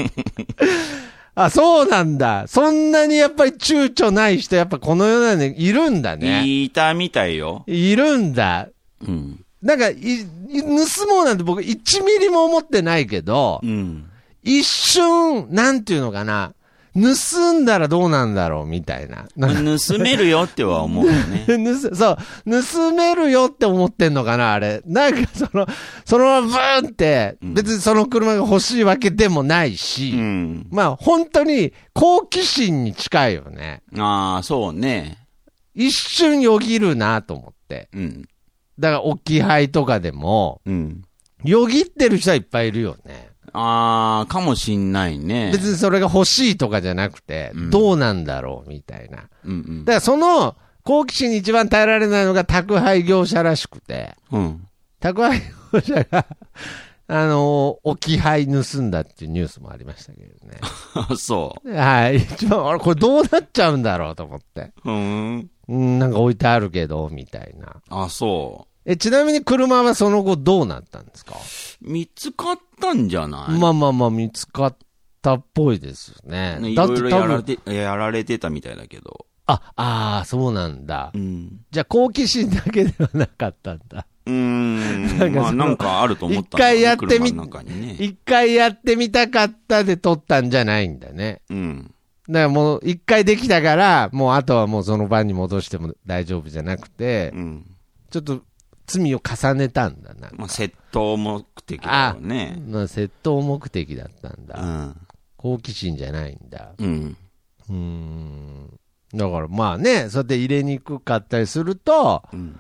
Speaker 1: あ、そうなんだ。そんなにやっぱり躊躇ない人、やっぱこの世内にいるんだね。
Speaker 2: いたみたいよ。
Speaker 1: いるんだ。
Speaker 2: うん。
Speaker 1: なんかい、い盗もうなんて僕1ミリも思ってないけど、
Speaker 2: うん。
Speaker 1: 一瞬、なんていうのかな、盗んだらどうなんだろうみたいな。なんか
Speaker 2: 盗めるよっては思うよね。
Speaker 1: 盗そう、盗めるよって思ってんのかな、あれ。なんかその、そのままブーンって、
Speaker 2: うん
Speaker 1: 別にその車が欲しいわけでもないうし、
Speaker 2: ん。
Speaker 1: まあ本当に好奇心に近いよね。
Speaker 2: ああ、そうね。
Speaker 1: 一瞬よぎるなと思って。
Speaker 2: うん。
Speaker 1: だから置き配とかでも、
Speaker 2: うん。
Speaker 1: よぎってる人はいっぱいいるよね。
Speaker 2: ああ、かもしんないね。
Speaker 1: 別にそれが欲しいとかじゃなくて、
Speaker 2: うん
Speaker 1: どうなんだろうみたいな。
Speaker 2: うん
Speaker 1: だからその好奇心に一番耐えられないのが宅配業者らしくて、
Speaker 2: うん。うん。
Speaker 1: 宅配業者が、 あのー置き配盗んだっていうニュースもありましたけどね。
Speaker 2: そ
Speaker 1: はい。一番、あれ、これどうなっちゃうんだろうと思って。
Speaker 2: う。うん。
Speaker 1: うん、なんか置いてあるけど、みたいな。
Speaker 2: あ、そ
Speaker 1: え、ちなみに車はその後どうなったんですか、
Speaker 2: う。見つかったんじゃない
Speaker 1: まあまあまあ、見つかったっぽいですよね。
Speaker 2: ねい
Speaker 1: だっ
Speaker 2: ろ
Speaker 1: て
Speaker 2: い
Speaker 1: 多
Speaker 2: ろやら
Speaker 1: 分、
Speaker 2: れて、やられてたみたいだけど。
Speaker 1: あ、ああ、そうなんだ
Speaker 2: う。ん。
Speaker 1: じゃあ好奇心だけではなかったんだ。
Speaker 2: うーん。
Speaker 1: なんか
Speaker 2: まあ、
Speaker 1: その
Speaker 2: なんかあると思った
Speaker 1: 一
Speaker 2: ん
Speaker 1: 回やってみ
Speaker 2: 車の中にね。
Speaker 1: 一回やってみたかったで撮ったんじゃないんだね。
Speaker 2: うん。
Speaker 1: だからもう一回できたから、もうあとはもうその番に戻しても大丈夫じゃなくて
Speaker 2: う、ん。
Speaker 1: ちょっと罪を重ねたんだな。
Speaker 2: まあ、窃盗目的だよね。
Speaker 1: まあ窃盗目的だったん
Speaker 2: う
Speaker 1: だ。
Speaker 2: ん。
Speaker 1: 好奇心じゃないんだ。
Speaker 2: うん。
Speaker 1: うーん。だからまあね、そうやって入れにくかったりすると、
Speaker 2: うん。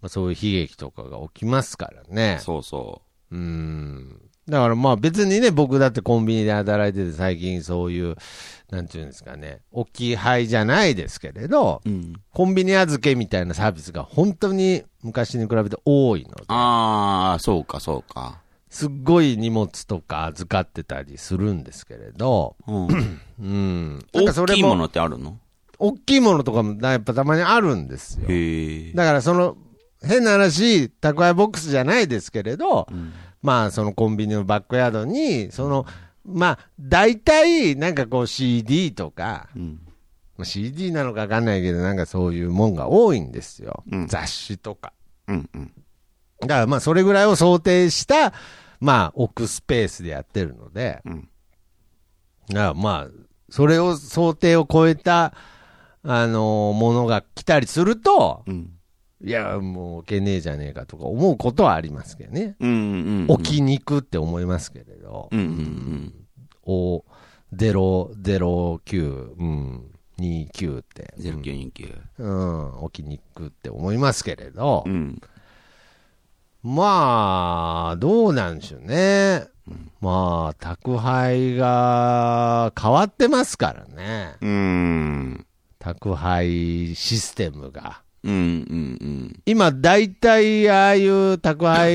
Speaker 1: まあ、そういう悲劇とかが起きますからね。
Speaker 2: そうそう
Speaker 1: ーん。だからまあ別にね、僕だってコンビニで働いてて最近そういう、なんていうんですかね、置き配じゃないですけれど、
Speaker 2: う。うん。
Speaker 1: コンビニ預けみたいなサービスが本当に昔に比べて多いので、
Speaker 2: ああ、そうか、そうか。
Speaker 1: すっごい荷物とか預かってたりするんですけれど、
Speaker 2: うん。
Speaker 1: うん。 なんかそ
Speaker 2: 大
Speaker 1: れ
Speaker 2: きいも
Speaker 1: も、
Speaker 2: のってあるの
Speaker 1: 大きいものとかもやっぱたまにあるんですよ。
Speaker 2: へえ。
Speaker 1: だからその、変な話、宅配ボックスじゃないですけれど、
Speaker 2: うん
Speaker 1: まあ、そのコンビニのバックヤードに、その、まあ、大体、なんかこう CD とか、
Speaker 2: うん。
Speaker 1: まあ CD なのかわかんないけど、なんかそういうもんが多いんですよ。
Speaker 2: うん
Speaker 1: 雑誌とか。
Speaker 2: うんうん。
Speaker 1: だからまあそれぐらいを想定した、まあ置くスペースでやってるので、
Speaker 2: うん
Speaker 1: だからまあ、それを想定を超えた、あのーものが来たりすると、
Speaker 2: うん。
Speaker 1: いや、もう置けねえじゃねえかとか思うことはありますけどね。
Speaker 2: うんうんうん。
Speaker 1: 置きに行くって思いますけれど、
Speaker 2: うんうんうん。
Speaker 1: お009、うん、29って、
Speaker 2: 0929。
Speaker 1: うん、置きに行くって思いますけれど、
Speaker 2: うん。
Speaker 1: まあ、どうなんでしょうね。まあ、宅配が変わってますからね。
Speaker 2: うーん。
Speaker 1: 宅配システムが。
Speaker 2: うんうんうん。
Speaker 1: 今、大体、ああいう宅配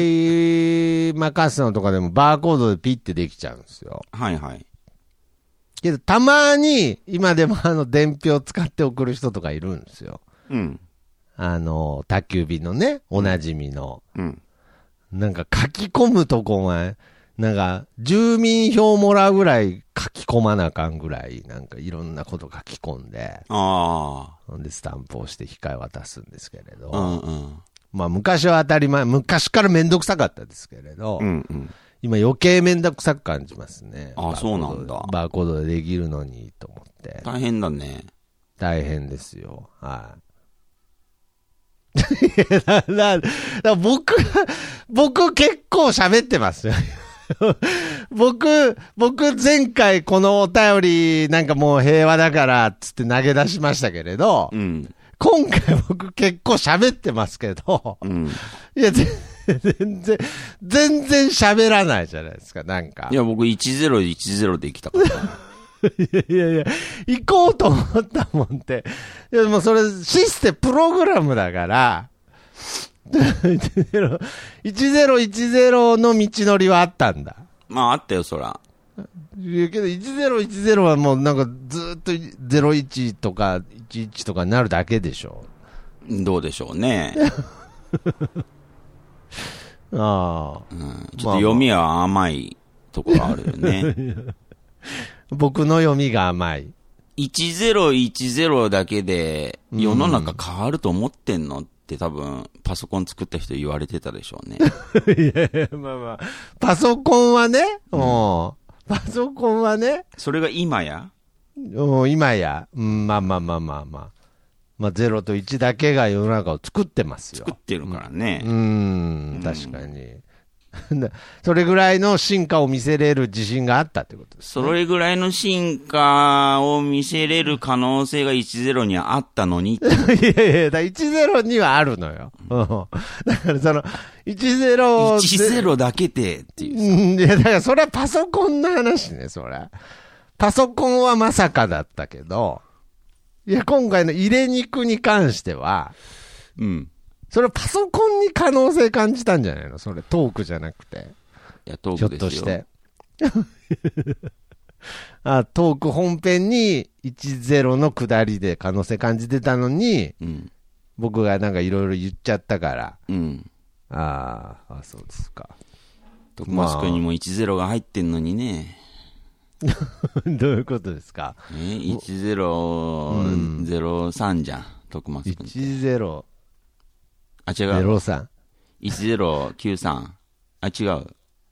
Speaker 1: 任せのとかでもバーコードでピッてできちゃうんですよ。
Speaker 2: はいはい。
Speaker 1: けど、たまに、今でもあの、伝票使って送る人とかいるんですよ。
Speaker 2: うん。
Speaker 1: あの、宅急便のね、おなじみの。
Speaker 2: うん。
Speaker 1: なんか書き込むとこお前、なんか住民票もらうぐらい書き込まなあかんぐらい、なんかいろんなこと書き込んで、
Speaker 2: あ
Speaker 1: ほんでスタンプをして控え渡すんですけれど、
Speaker 2: あ。うんうん。
Speaker 1: まあ昔は当たり前、昔からめんどくさかったですけれど、
Speaker 2: うんうん。
Speaker 1: 今余計めんどくさく感じますね。
Speaker 2: あ
Speaker 1: バーコード
Speaker 2: そうなんだ
Speaker 1: バーコードでできるのにと思って。
Speaker 2: 大変だね。
Speaker 1: 大変ですよ。はい。 いやだだだ僕、僕結構喋ってますよ。 僕、僕前回このお便りなんかもう平和だからっつって投げ出しましたけれど、
Speaker 2: うん。
Speaker 1: 今回僕結構喋ってますけど、
Speaker 2: うん。
Speaker 1: いや、全全然、全然喋らないじゃないですか、なんか
Speaker 2: い。や、僕1010できたから。
Speaker 1: いやいや、行こうと思ったもんって。いや、もうそれ、システム、プログラムだから、10 1010の道のりはあったんだ。
Speaker 2: まあ、あったよ、そら。
Speaker 1: いやけど、1010はもうなんかずっと01とか11とかになるだけでしょ。
Speaker 2: どうでしょうね。
Speaker 1: ああ。
Speaker 2: うんちょっと読みは甘いところあるよ ね。
Speaker 1: 僕の読みが甘い。
Speaker 2: 1010だけで世の中変わると思ってんのって多分パソコン作った人言われてたでしょ うね。
Speaker 1: いやいや、まあまあ。パソコンはね、うん、パソコンはね、
Speaker 2: それが今や
Speaker 1: うん今や、うん、まあまあまあまあまあ。まあ、0と1だけが世の中を作ってますよ
Speaker 2: 作っ。てるから
Speaker 1: う
Speaker 2: ね。
Speaker 1: ん、確かに。 それぐらいの進化を見せれる自信があったってことです。
Speaker 2: それぐらいの進化を見せれる可能性が10にはあったのにって。
Speaker 1: いやいや、だ10にはあるのよ。うん、だからその、10で。
Speaker 2: 10だけでっていう。
Speaker 1: うんいや、だからそれはパソコンの話ね、それ。パソコンはまさかだったけど、いや、今回の入れ肉に関しては、
Speaker 2: うん。
Speaker 1: それはパソコンに可能性感じたんじゃないのそれトークじゃなくて。
Speaker 2: いや、ト
Speaker 1: ひょ
Speaker 2: ー
Speaker 1: っ
Speaker 2: クですよ。
Speaker 1: として。 あトーク本編に10の下りで可能性感じてたのに、
Speaker 2: うん。
Speaker 1: 僕がなんかいろいろ言っちゃったから。
Speaker 2: うん。
Speaker 1: あーあ、そうですか。
Speaker 2: 徳松君にも10が入ってんのにね。
Speaker 1: どういうことですか
Speaker 2: え、1003じゃん。徳松君。
Speaker 1: ?1003。
Speaker 2: あ、違う。
Speaker 1: あ
Speaker 2: 1093。あ、違う。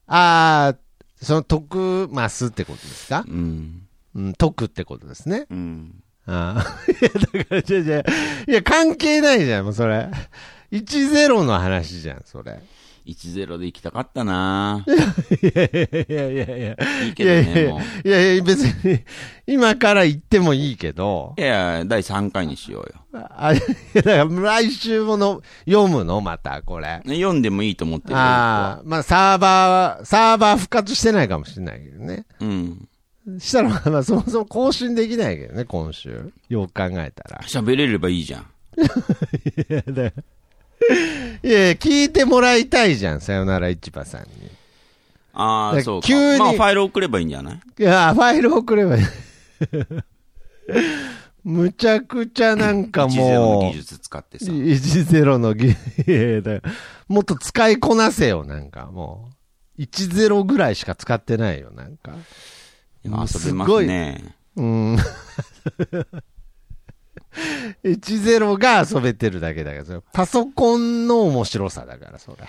Speaker 1: あー、その徳マスってことですか
Speaker 2: うん。
Speaker 1: うん、徳ってことですね。
Speaker 2: うん。
Speaker 1: ああ。 いや、だから、じゃじゃいや、関係ないじゃん、もうそれ。10の話じゃん、それ。
Speaker 2: 10で行きたかったない
Speaker 1: やいやいやいや。
Speaker 2: いい
Speaker 1: い
Speaker 2: け
Speaker 1: や
Speaker 2: ど
Speaker 1: いや
Speaker 2: ね、
Speaker 1: い
Speaker 2: もう。
Speaker 1: やいや、別に、今から言ってもいいけど、
Speaker 2: いやいや、第3回にしようよ。
Speaker 1: あ、い やだから来週もの、読むのまた、これ。
Speaker 2: ね読んでもいいと思ってる。
Speaker 1: ああ、まあ、サーバー、サーバー復活してないかもしれないけどね。
Speaker 2: うん。
Speaker 1: したら、まあまあ、そもそも更新できないけどね、今週。よく考えたら。
Speaker 2: 喋れればいいじゃん。
Speaker 1: いやいや、聞いてもらいたいじゃん、さよなら市場さんに。
Speaker 2: ああ、
Speaker 1: だ
Speaker 2: そうか。
Speaker 1: 急に
Speaker 2: まあ、ファイル送ればいいんじゃない
Speaker 1: いや、ファイル送ればいい。 むちゃくちゃなんか
Speaker 2: ?10 の
Speaker 1: もう
Speaker 2: 技。術使ってさ。
Speaker 1: 10のぎ、いやいやだからもっと使いこなせよ、なんかもう。10ぐらいしか使ってないよ、なんか。
Speaker 2: 今遊べ
Speaker 1: す
Speaker 2: ま
Speaker 1: ご
Speaker 2: す
Speaker 1: い
Speaker 2: ね。
Speaker 1: うん。い10が遊べてるだけだから、それパソコンの面白さだから、それ。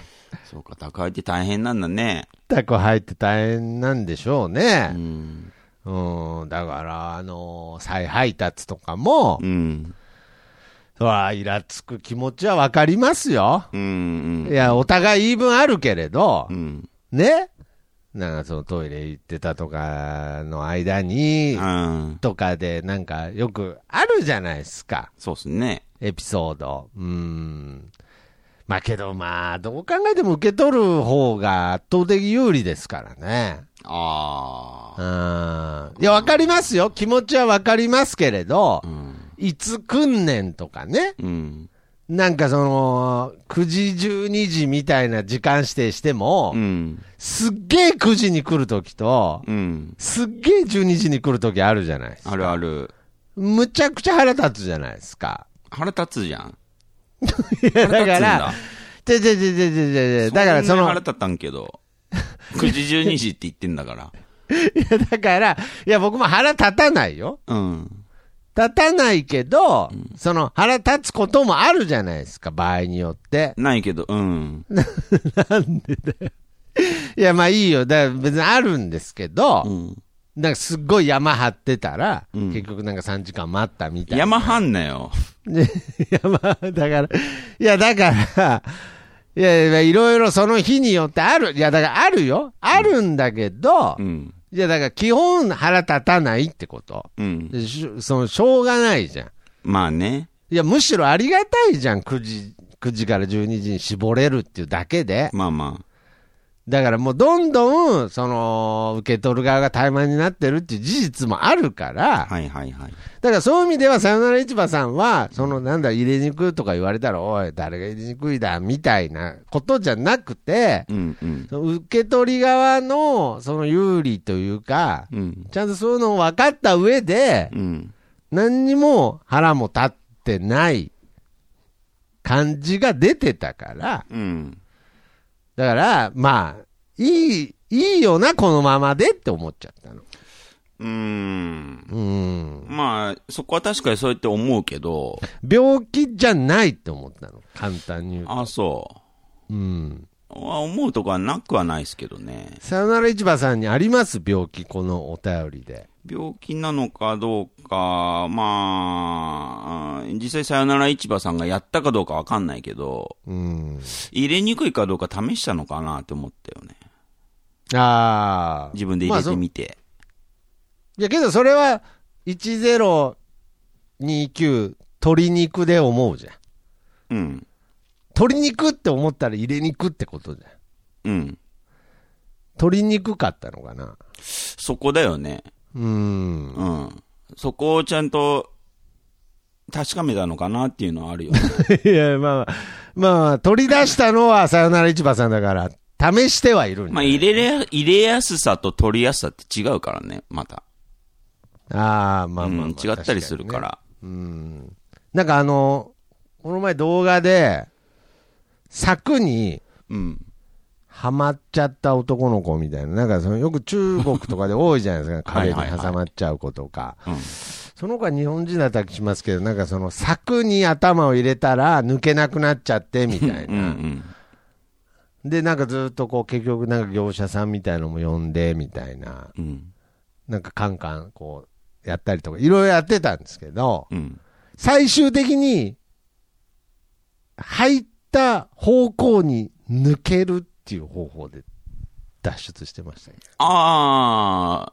Speaker 2: そうか、宅配って大変なんだね。
Speaker 1: 宅配って大変なんでしょうね
Speaker 2: う。ん。
Speaker 1: うん、だから、あのー再配達とかも、
Speaker 2: うん。
Speaker 1: そら、イラつく気持ちはわかりますよ。
Speaker 2: うん。う
Speaker 1: い
Speaker 2: ん。
Speaker 1: や、お互い言い分あるけれど
Speaker 2: う、ん。
Speaker 1: ねなんかそのトイレ行ってたとかの間に、
Speaker 2: うん。
Speaker 1: とかで、なんかよくあるじゃないですか。
Speaker 2: そうっすね。
Speaker 1: エピソード。うーん。まあけどまあ、どう考えても受け取る方が圧倒的有利ですからね。
Speaker 2: あ
Speaker 1: う
Speaker 2: あ。
Speaker 1: ん。いや、わかりますよ。気持ちはわかりますけれど
Speaker 2: う、ん。
Speaker 1: いつ訓練とかね。
Speaker 2: うん。
Speaker 1: なんかその、9時12時みたいな時間指定しても
Speaker 2: う、ん。
Speaker 1: すっげえ9時に来るときと、
Speaker 2: うん。
Speaker 1: すっげえ12時に来るときあるじゃないですか。
Speaker 2: あるある。
Speaker 1: むちゃくちゃ腹立つじゃないですか。
Speaker 2: 腹立つじゃん。
Speaker 1: いや、だか
Speaker 2: 腹
Speaker 1: ら、
Speaker 2: 立
Speaker 1: ちょちょちょちょちょち
Speaker 2: つん
Speaker 1: ょだからそ
Speaker 2: んなに
Speaker 1: の、
Speaker 2: 腹立ったんけど。9時12時って言ってんだから。
Speaker 1: いや、 だから、いや、僕も腹立たないよ。
Speaker 2: うん。
Speaker 1: 立たないけど、その腹立つこともあるじゃないですか、場合によって。
Speaker 2: ないけど、うん。
Speaker 1: いや、まあいいよ。だから別にあるんですけど、
Speaker 2: うん。
Speaker 1: なんかすっごい山張ってたら、
Speaker 2: うん
Speaker 1: 結局なんか3時間待ったみたいな。
Speaker 2: 山はんなよ。
Speaker 1: ね 山、だから、いや、だから、いやいや、いろいろその日によってある。いや、だからあるよ。あるんだけど、
Speaker 2: うん。
Speaker 1: いや、だから基本腹立たないってこと。
Speaker 2: うん。
Speaker 1: でしその、しょうがないじゃん。
Speaker 2: まあね。
Speaker 1: いや、むしろありがたいじゃん、9時、9時から12時に絞れるっていうだけで。
Speaker 2: まあま
Speaker 1: だからもうどんどん、その、受け取る側が怠慢になってるっていう事実もあるから
Speaker 2: あ。、はいはいはい。
Speaker 1: だからそういう意味では、さよなら市場さんは、その、なんだ、入れにくいとか言われたら、おい、誰が入れにくいだ、みたいなことじゃなくて、
Speaker 2: うんうん。
Speaker 1: その受け取り側の、その有利というか、
Speaker 2: うん。
Speaker 1: ちゃんとそういうのを分かった上で、
Speaker 2: うん。
Speaker 1: 何にも腹も立ってない感じが出てたから、
Speaker 2: うん。
Speaker 1: だから、まあ、いい、いいよな、このままでって思っちゃったの。
Speaker 2: うーん。
Speaker 1: うん。
Speaker 2: まあ、そこは確かにそうやって思うけど、
Speaker 1: 病気じゃないって思ったの。簡単に言うと。
Speaker 2: あそう。
Speaker 1: うん。
Speaker 2: は思うとかなくはないですけどね。
Speaker 1: さよなら市場さんにあります病気、このお便りで。
Speaker 2: 病気なのかどうか、まあ、うん実際さよなら市場さんがやったかどうかわかんないけど、
Speaker 1: うん。
Speaker 2: 入れにくいかどうか試したのかなって思ったよね。
Speaker 1: ああ。
Speaker 2: 自分で入れて
Speaker 1: まあ
Speaker 2: みて。
Speaker 1: そいや、けどそれは、1029、鶏肉で思うじゃん。
Speaker 2: うん。
Speaker 1: 鶏肉って思ったら入れ肉ってことじゃん。
Speaker 2: うん。
Speaker 1: 取りにくかったのかな。
Speaker 2: そこだよね。
Speaker 1: うーん。
Speaker 2: うん。そこをちゃんと確かめたのかなっていうのはあるよね。
Speaker 1: いや、まあ、まあ、取り出したのはさよなら市場さんだから、試してはいるんだ、
Speaker 2: まあ入れれや、入れやすさと取りやすさって違うからね、また。
Speaker 1: ああ、まあまあ、
Speaker 2: うん、違ったりするか。ら。
Speaker 1: うん。なんかあの、この前動画で、柵に
Speaker 2: うん。
Speaker 1: はまっちゃった男の子みたいな、なんかそのよく中国とかで多いじゃないですか、
Speaker 2: は
Speaker 1: 壁
Speaker 2: い
Speaker 1: に
Speaker 2: はいはい
Speaker 1: 挟まっちゃう子とか。
Speaker 2: うん
Speaker 1: その子は日本人だったりしますけど、なんかその柵に頭を入れたら抜けなくなっちゃってみたい
Speaker 2: うんう
Speaker 1: な。
Speaker 2: ん。
Speaker 1: で、なんかずっとこう、結局なんか業者さんみたいのも呼んで、みたいな。
Speaker 2: うん。
Speaker 1: なんかカンカンこう、やったりとか、いろいろやってたんですけど、
Speaker 2: うん。
Speaker 1: 最終的に、入った方向に抜けるっていう方法で脱出してましたね。は
Speaker 2: あ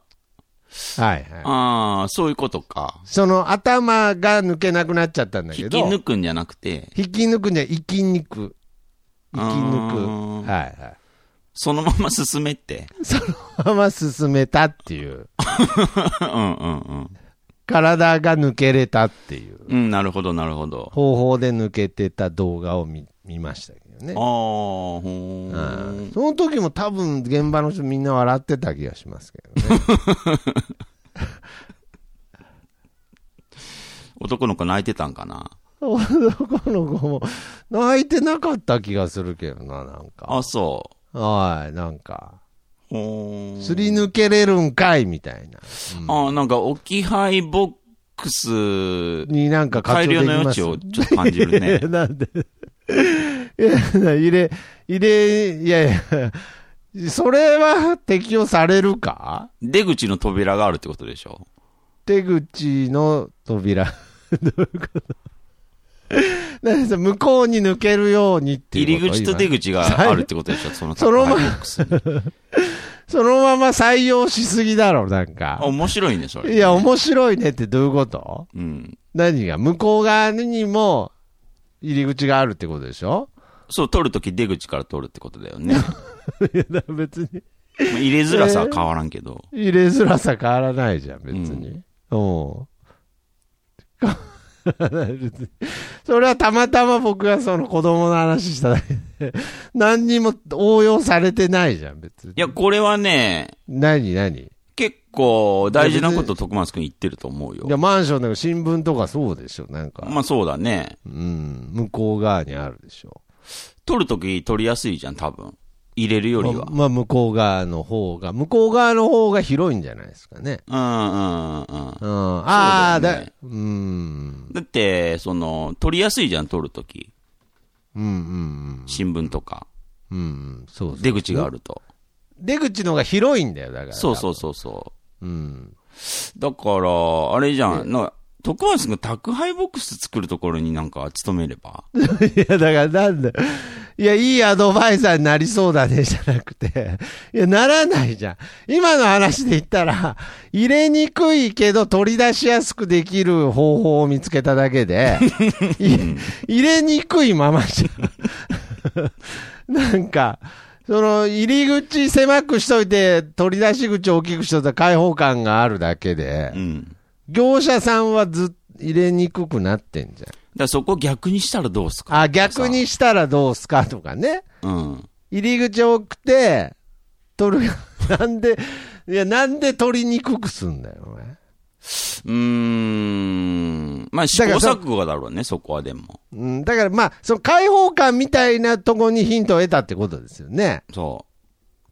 Speaker 1: い
Speaker 2: あ、
Speaker 1: はい。
Speaker 2: ああ、そういうことか。
Speaker 1: その頭が抜けなくなっちゃったんだけ
Speaker 2: 引
Speaker 1: ど、
Speaker 2: き抜くんじゃなくて、
Speaker 1: 引き抜くんじゃ、生き抜く。生き
Speaker 2: あ
Speaker 1: 抜
Speaker 2: ー
Speaker 1: く。はい はい。
Speaker 2: そのまま進め って。
Speaker 1: そのまま進めたっていう。
Speaker 2: うんうんうん。
Speaker 1: 体が抜けれたっていう
Speaker 2: うん、なるほど、なるほど。
Speaker 1: 方法で抜けてた動画を見見ましたけどね
Speaker 2: ああ、。ほー
Speaker 1: うん
Speaker 2: ん。
Speaker 1: その時も多分現場の人みんな笑ってた気がしますけどね。
Speaker 2: 男の子泣いてたんかな。
Speaker 1: 男の子も泣いてなかった気がするけどな、なんか。
Speaker 2: あそ
Speaker 1: はい、なんか。
Speaker 2: う。ほーん。
Speaker 1: すり抜けれるんかいみたいな。
Speaker 2: ああ、なんか置き配ボッックス
Speaker 1: になんか活
Speaker 2: 改
Speaker 1: 用
Speaker 2: 良
Speaker 1: で
Speaker 2: の
Speaker 1: きま
Speaker 2: 余地
Speaker 1: す。
Speaker 2: をちょっと感じるね
Speaker 1: なんでいや、入れ、入れ、いやいや、それは適用されるか
Speaker 2: 出口の扉があるってことでしょ
Speaker 1: 手口の扉。 どういうことなんかさ向こうに抜けるようにっていう
Speaker 2: 入
Speaker 1: こと
Speaker 2: り口と出口があるってことでしょそ の
Speaker 1: その
Speaker 2: タ
Speaker 1: ま
Speaker 2: イ
Speaker 1: ま
Speaker 2: プのボックスに
Speaker 1: 今そのまま採用しすぎだろ、なん
Speaker 2: あ
Speaker 1: か。
Speaker 2: 面白いね、それ。
Speaker 1: いや、面白いねってどういうこと
Speaker 2: うん。
Speaker 1: 何が向こう側にも入り口があるってことでしょ
Speaker 2: そう、取るとき出口から取るってことだ よね。ま
Speaker 1: いや、だから別に。
Speaker 2: あ入れづらさは変わらんけど。
Speaker 1: 入れづらさ変わらないじゃん、別に。うん。変わらない別に それはたまたま僕がその子供の話しただけで、何にも応用されてないじゃん、別に。
Speaker 2: いや、これはね、
Speaker 1: 何、何い
Speaker 2: 結構大事なこと徳松くん言ってると思うよ
Speaker 1: や、。マンションの新聞とかそうでしょ、なんか。
Speaker 2: まあそうだね。
Speaker 1: うん、向こう側にあるでしょ。
Speaker 2: 取るとき取りやすいじゃん、多分。入れるより
Speaker 1: ま
Speaker 2: は。
Speaker 1: まあ、向こう側の方が、向こう側の方が広いんじゃないですかね。
Speaker 2: うんうんうん
Speaker 1: う
Speaker 2: うん。
Speaker 1: ん。ああ、
Speaker 2: そうだ
Speaker 1: だ
Speaker 2: よね、
Speaker 1: うん。
Speaker 2: だって、その、取りやすいじゃん、取るとき。
Speaker 1: うん、うん、
Speaker 2: 新聞とか。
Speaker 1: うん。うん、そうそう。
Speaker 2: 出口があると。
Speaker 1: 出口の方が広いんだよ、だから。
Speaker 2: そうそうそうそう。
Speaker 1: う。うん。
Speaker 2: だから、あれじゃん、なんか、徳松君宅配ボックス作るところになんか勤めれば。
Speaker 1: いや、だからなんだ。いや、いいアドバイザーになりそうだね、じゃなくて。いや、ならないじゃん。今の話で言ったら、入れにくいけど取り出しやすくできる方法を見つけただけ で、い入れにくいままじゃん。 なんか、その、入り口狭くしといて、取り出し口大きくしといたら開放感があるだけで
Speaker 2: う、ん。だか
Speaker 1: 業者さんはずっと入れにくくなってんじゃん。
Speaker 2: らそこ逆にしたらどうすか
Speaker 1: あ、逆に。したらどうすかとかね。
Speaker 2: うん。
Speaker 1: 入り口多くて、取る、 なんで、いや、なんで取りにくくすんだよ、お前。
Speaker 2: うーん。まあ試行錯誤だろうね、そこはでも。
Speaker 1: うん、だからまあ、その開放感みたいなとこにヒントを得たってことですよね。
Speaker 2: そ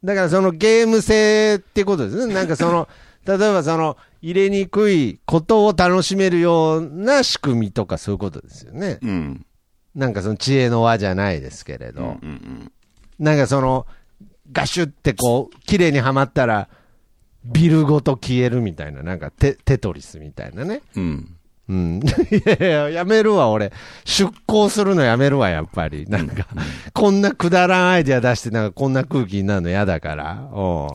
Speaker 1: だからそのゲーム性ってことですね。なんかその、 例えばその、入れにくいことを楽しめるような仕組みとかそういうことですよね。
Speaker 2: う。うん。
Speaker 1: なんかその知恵の輪じゃないですけれ
Speaker 2: うんうん
Speaker 1: ど。
Speaker 2: うん。
Speaker 1: なんかその、ガシュってこう、綺麗にはまったら、ビルごと消えるみたいな、なんかテテトリスみたいなね。
Speaker 2: うん。
Speaker 1: うん。い やいや、やめるわ、俺。出向するのやめるわ、やっぱり。なんか、こんなくだらんアイデア出して、なんかこんな空気になるの嫌だから。うん。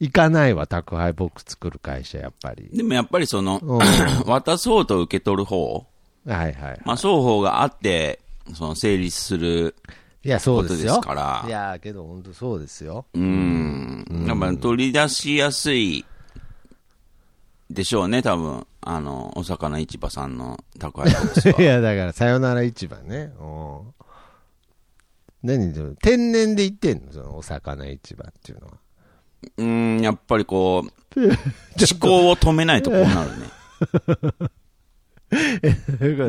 Speaker 1: 行かないわ、宅配ボックス作る会社、やっぱり。
Speaker 2: でもやっぱりその、
Speaker 1: うん。
Speaker 2: 渡す方と受け取る方、
Speaker 1: はいはい。
Speaker 2: まあ双方があって、その成立する
Speaker 1: いや、そ
Speaker 2: こ
Speaker 1: うで
Speaker 2: と
Speaker 1: す
Speaker 2: です
Speaker 1: よ。
Speaker 2: から。
Speaker 1: いや、けど本当そうですよ。
Speaker 2: うん。やっぱ取り出しやすいでしょうね、多分。あの、お魚市場さんの宅配ボックス
Speaker 1: い
Speaker 2: は。
Speaker 1: や、だから、さよなら市場ね。うん何その天然で言ってんのそのお魚市場っていうのは。
Speaker 2: うん、やっぱり こう、思考を止めないとこうなるね。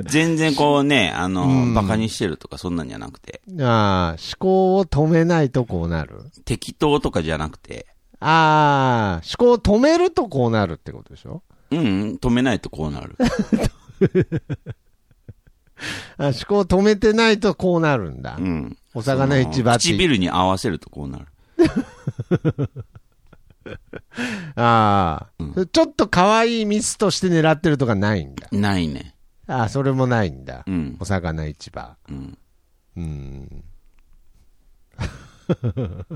Speaker 2: 全然こうね、あの、馬鹿にしてるとかそんなんじゃなくて、
Speaker 1: ああ、思考を止めないとこうなる。
Speaker 2: 適当とかじゃなくて、
Speaker 1: ああ、思考を止めるとこうなるってことでしょ
Speaker 2: うん、うん止めないとこうなる。
Speaker 1: あ思考を止めてないとこうなるんだ。
Speaker 2: うん。
Speaker 1: お魚市場って。
Speaker 2: 唇に合わせるとこうなる。
Speaker 1: ああ、
Speaker 2: う
Speaker 1: ちょっと可愛いミスとして狙ってるとかないんだ。
Speaker 2: ないね。
Speaker 1: ああ、それもないんだ。
Speaker 2: うん
Speaker 1: お。魚市場。
Speaker 2: うん。
Speaker 1: うん。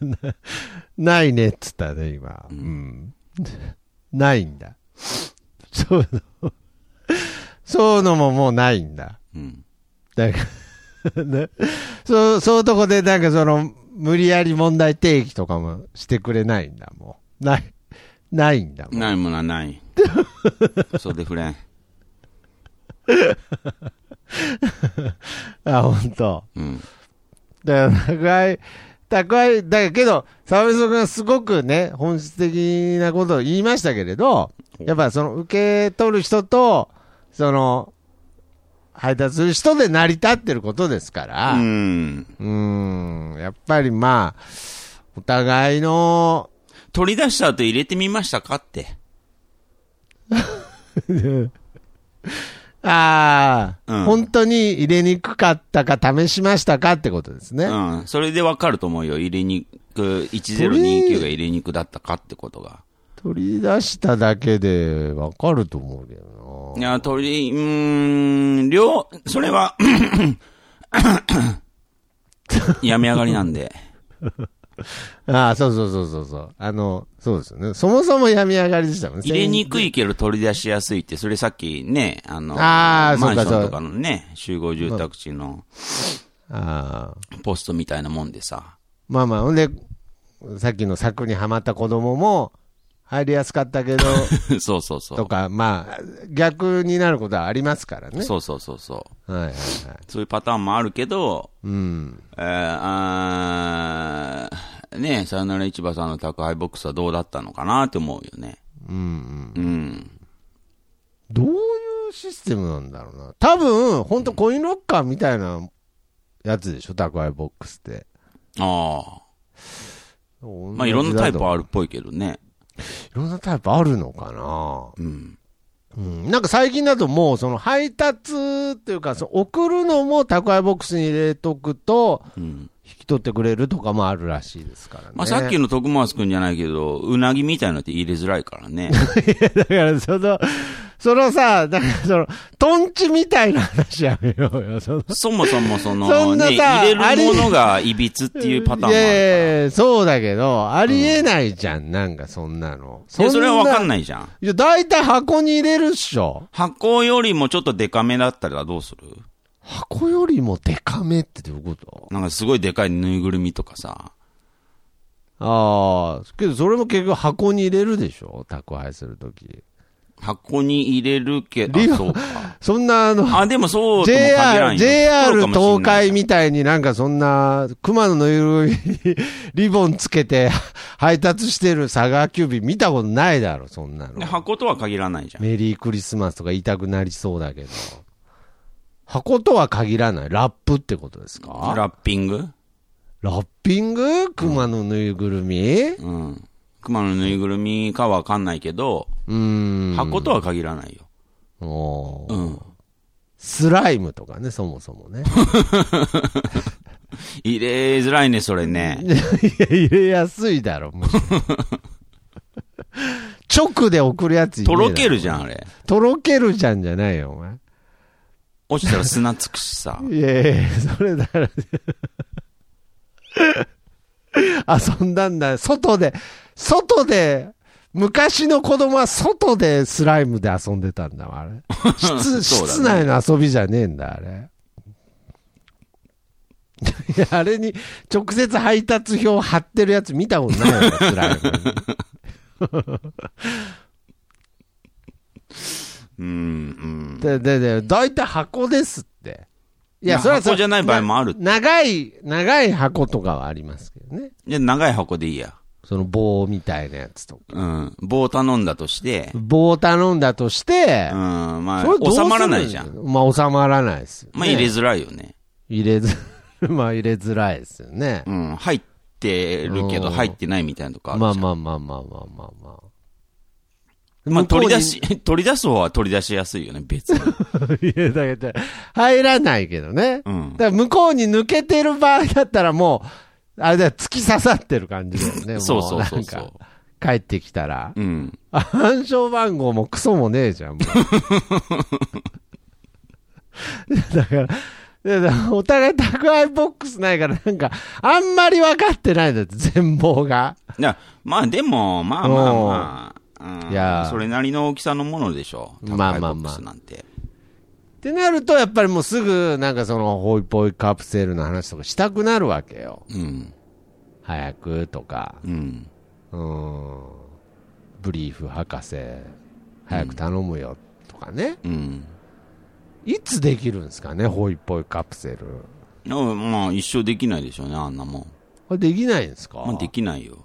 Speaker 1: なないねっつったね、今。うん。ないんだ。そういうの。そういうのももうないんだ。
Speaker 2: うん。
Speaker 1: だからね、そう、そういうとこでなんかその、無理やり問題提起とかもしてくれないんだ、もう。ない、ないんだもん。
Speaker 2: ないものは ない。そうでフレン。
Speaker 1: あ、本当。
Speaker 2: うん。
Speaker 1: だから、宅配、宅配、だけど、沢水君がすごくね、本質的なことを言いましたけれど、やっぱその受け取る人と、その、配達する人で成り立ってることですから、
Speaker 2: う。
Speaker 1: うんーん、やっぱりまあ、お互いの、
Speaker 2: 取り出した後入れてみましたかって。
Speaker 1: ああ、
Speaker 2: うん
Speaker 1: 本当に入れにくかったか試しましたかってことですね。
Speaker 2: うん。それでわかると思うよ。入れにく、1029が入れにくだったかってことが。
Speaker 1: 取り出しただけでわかると思うけど
Speaker 2: いや、鳥、うーん、両、そ れは、やめ上がりなんで。
Speaker 1: な。ああ、そうそうそうそうそう。あの、そうですよね。そもそも病み上がりでしたもんね。
Speaker 2: 入れにくいけど取り出しやすいって、それさっきね、あの、
Speaker 1: あー
Speaker 2: マンシ
Speaker 1: そうかそ
Speaker 2: ョ
Speaker 1: う
Speaker 2: ンとかのね、集合住宅地の
Speaker 1: ああ。
Speaker 2: ポストみたいなもんで さ。
Speaker 1: まあまあ、ほんで、さっきの柵にはまった子供も、入りやすかったけど、
Speaker 2: そうそうそ
Speaker 1: と
Speaker 2: う。
Speaker 1: か、まあ、逆になることはありますからね。
Speaker 2: そうそうそうそう。
Speaker 1: はいはいはい。
Speaker 2: そういうパターンもあるけど、
Speaker 1: うん。
Speaker 2: えー、あーねえ、さよなら市場さんの宅配ボックスはどうだったのかなって思うよね。
Speaker 1: うんうん。
Speaker 2: うん。
Speaker 1: どういうシステムなんだろうな。多分、本当コインロッカーみたいなやつでしょ、宅配ボックスって。
Speaker 2: あ
Speaker 1: ま
Speaker 2: あ。まあ、いろんなタイプあるっぽいけどね。
Speaker 1: いろんなタイプあるのかな。
Speaker 2: うん。
Speaker 1: うん、なんか最近だともう、その配達っていうか、その送るのも宅配ボックスに入れとくと、
Speaker 2: うん。
Speaker 1: 引き取ってくれるとかもあるらしいですからね。
Speaker 2: まあ、さっきの徳松くんじゃないけど、うなぎみたいなのって入れづらいか らね。
Speaker 1: だから、その、そのさ、だからその、トンチみたいな話やめようよ、その。
Speaker 2: そもそもそ
Speaker 1: そ
Speaker 2: の、
Speaker 1: んなさ
Speaker 2: ね、入
Speaker 1: あ
Speaker 2: れ
Speaker 1: り
Speaker 2: るものがいびつっていうパターンもあるから。
Speaker 1: いやいやそうだけど、ありえないじゃん、なんかそんなの。
Speaker 2: いやそれはわかん
Speaker 1: い。
Speaker 2: ないじゃん。
Speaker 1: いや、大体箱に入れるっしょ。
Speaker 2: 箱よりもちょっとデカめだったらどうする
Speaker 1: 箱よりもデカめってどういうこと
Speaker 2: なんかすごいでかいぬいぐるみとかさ。
Speaker 1: ああ、けどそれも結局箱に入れるでしょ宅配するとき。
Speaker 2: 箱に入れるけど、
Speaker 1: リ
Speaker 2: あ
Speaker 1: オ
Speaker 2: そうか。
Speaker 1: そんな、あの、
Speaker 2: あ、でもそうとも限らん
Speaker 1: JR、
Speaker 2: よ
Speaker 1: JR 東海
Speaker 2: み
Speaker 1: みたいになんかそんな、熊野のゆるみにリボンつけて 配達してる佐川急便見たことないだろ、そんなの。
Speaker 2: 箱とは限らないじゃん。
Speaker 1: メリークリスマスとか言いたくなりそうだけど。箱とは限らない。ラップってことですかラ
Speaker 2: ラッピング
Speaker 1: ッピング熊のぬいぐるみう
Speaker 2: うん。熊のぬいぐるみかはわかんないけど、
Speaker 1: ーん。
Speaker 2: 箱とは限らないよ。
Speaker 1: おー
Speaker 2: うん。
Speaker 1: スライムとかね、そもそもね。
Speaker 2: 入れづらいね、それ
Speaker 1: い
Speaker 2: ね。
Speaker 1: や、入れやすいだろ、むしろ直で送るやついねえ
Speaker 2: と
Speaker 1: だ
Speaker 2: ろけるじゃん、
Speaker 1: ん。
Speaker 2: あれ。
Speaker 1: とろけるじゃんじゃないよ、お前。
Speaker 2: 落ちたら砂つく しさ。
Speaker 1: いやいや、それだから。遊んだんだ。外で、外で、昔の子供は外でスライムで遊んでたんだわ、あれ。室
Speaker 2: そう
Speaker 1: 室
Speaker 2: だね
Speaker 1: 内の遊びじゃねえんだ、あれ。いや、あれに直接配達表を貼ってるやつ見たことないよ、スライムに。
Speaker 2: うん、うん。
Speaker 1: で、で、で、大体箱ですって。いや、それはそれ
Speaker 2: 箱じゃない場合もある
Speaker 1: な長い、長い箱とかはありますけどね。
Speaker 2: じゃあ長い箱でいいや。
Speaker 1: その棒みたいなやつとか。
Speaker 2: うん。棒頼んだとして、
Speaker 1: 棒を頼んだとし
Speaker 2: う
Speaker 1: て
Speaker 2: ん、、ま
Speaker 1: それど
Speaker 2: あ、
Speaker 1: うする
Speaker 2: 収まらないじゃん。。
Speaker 1: まあ収まらないですよ、ね。
Speaker 2: まあ、入れづらいよね。
Speaker 1: 入れず、 まあ入れづらいですよね。
Speaker 2: うん、入ってるけ
Speaker 1: う
Speaker 2: ど
Speaker 1: ん
Speaker 2: 入ってないみたいなとかあるじ
Speaker 1: ま
Speaker 2: ゃ
Speaker 1: あ
Speaker 2: ん。
Speaker 1: まあまあまあまあまあ まあ。向
Speaker 2: まあ、
Speaker 1: こう
Speaker 2: 取
Speaker 1: に
Speaker 2: り出。し、 取り出す方は取り出しやすいよね、別 に。
Speaker 1: いや、だけど、入らないけどね。
Speaker 2: うん。
Speaker 1: だから向こうに抜けてる場合だったらもう、あれだよ、突き刺さってる感じだよね。も
Speaker 2: そうそうそう
Speaker 1: な
Speaker 2: そ
Speaker 1: ん
Speaker 2: う
Speaker 1: か。帰ってきたら。
Speaker 2: うん。
Speaker 1: 暗証番号もクソもねえじゃん、もう だから、だからお互い宅配ボックスないから、なんか、あんまり分かってないんだって、全貌が。
Speaker 2: いや、まあでも、まあまあまあ、うん、
Speaker 1: いやー
Speaker 2: それなりの大きさのものでしょう。
Speaker 1: まあまあまあ
Speaker 2: 宅配ボックスなんて。
Speaker 1: ってなると、やっぱりもうすぐ、なんかその、ホイポイカプセルの話とかしたくなるわけよ。
Speaker 2: うん。
Speaker 1: 早くとか、
Speaker 2: うん。
Speaker 1: うーん、ブリーフ博士、早く頼むよとかね。
Speaker 2: うん。
Speaker 1: いつできるんですかね、ホイポイカプセル。
Speaker 2: でもまあ、一生できないでしょうね、あんなもん。
Speaker 1: これできないんですか
Speaker 2: まあ、できないよ。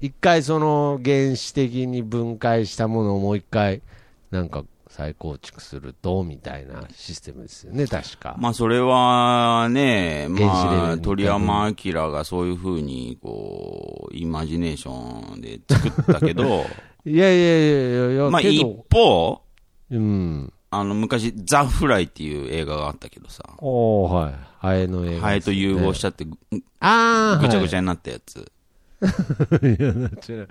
Speaker 1: 一回その原始的に分解したものをもう一回なんか再構築するとみたいなシステムですよね確か、
Speaker 2: まあ、それはね、
Speaker 1: 原子レベ
Speaker 2: ま
Speaker 1: ル
Speaker 2: あ、
Speaker 1: に
Speaker 2: 鳥山明がそういうふうに、こう、イマジネーションで作ったけど、
Speaker 1: いやいやいやいやいや
Speaker 2: まあ、
Speaker 1: け
Speaker 2: 一
Speaker 1: ど
Speaker 2: 方、
Speaker 1: うん。
Speaker 2: あの、昔、ザ・フライっていう映画があったけどさ、
Speaker 1: おおはい。ハエの映画、。
Speaker 2: ハエと融合したちゃってぐ、
Speaker 1: ああ、
Speaker 2: ぐちゃぐち
Speaker 1: ゃ。
Speaker 2: ゃになったやつ。
Speaker 1: いや、違う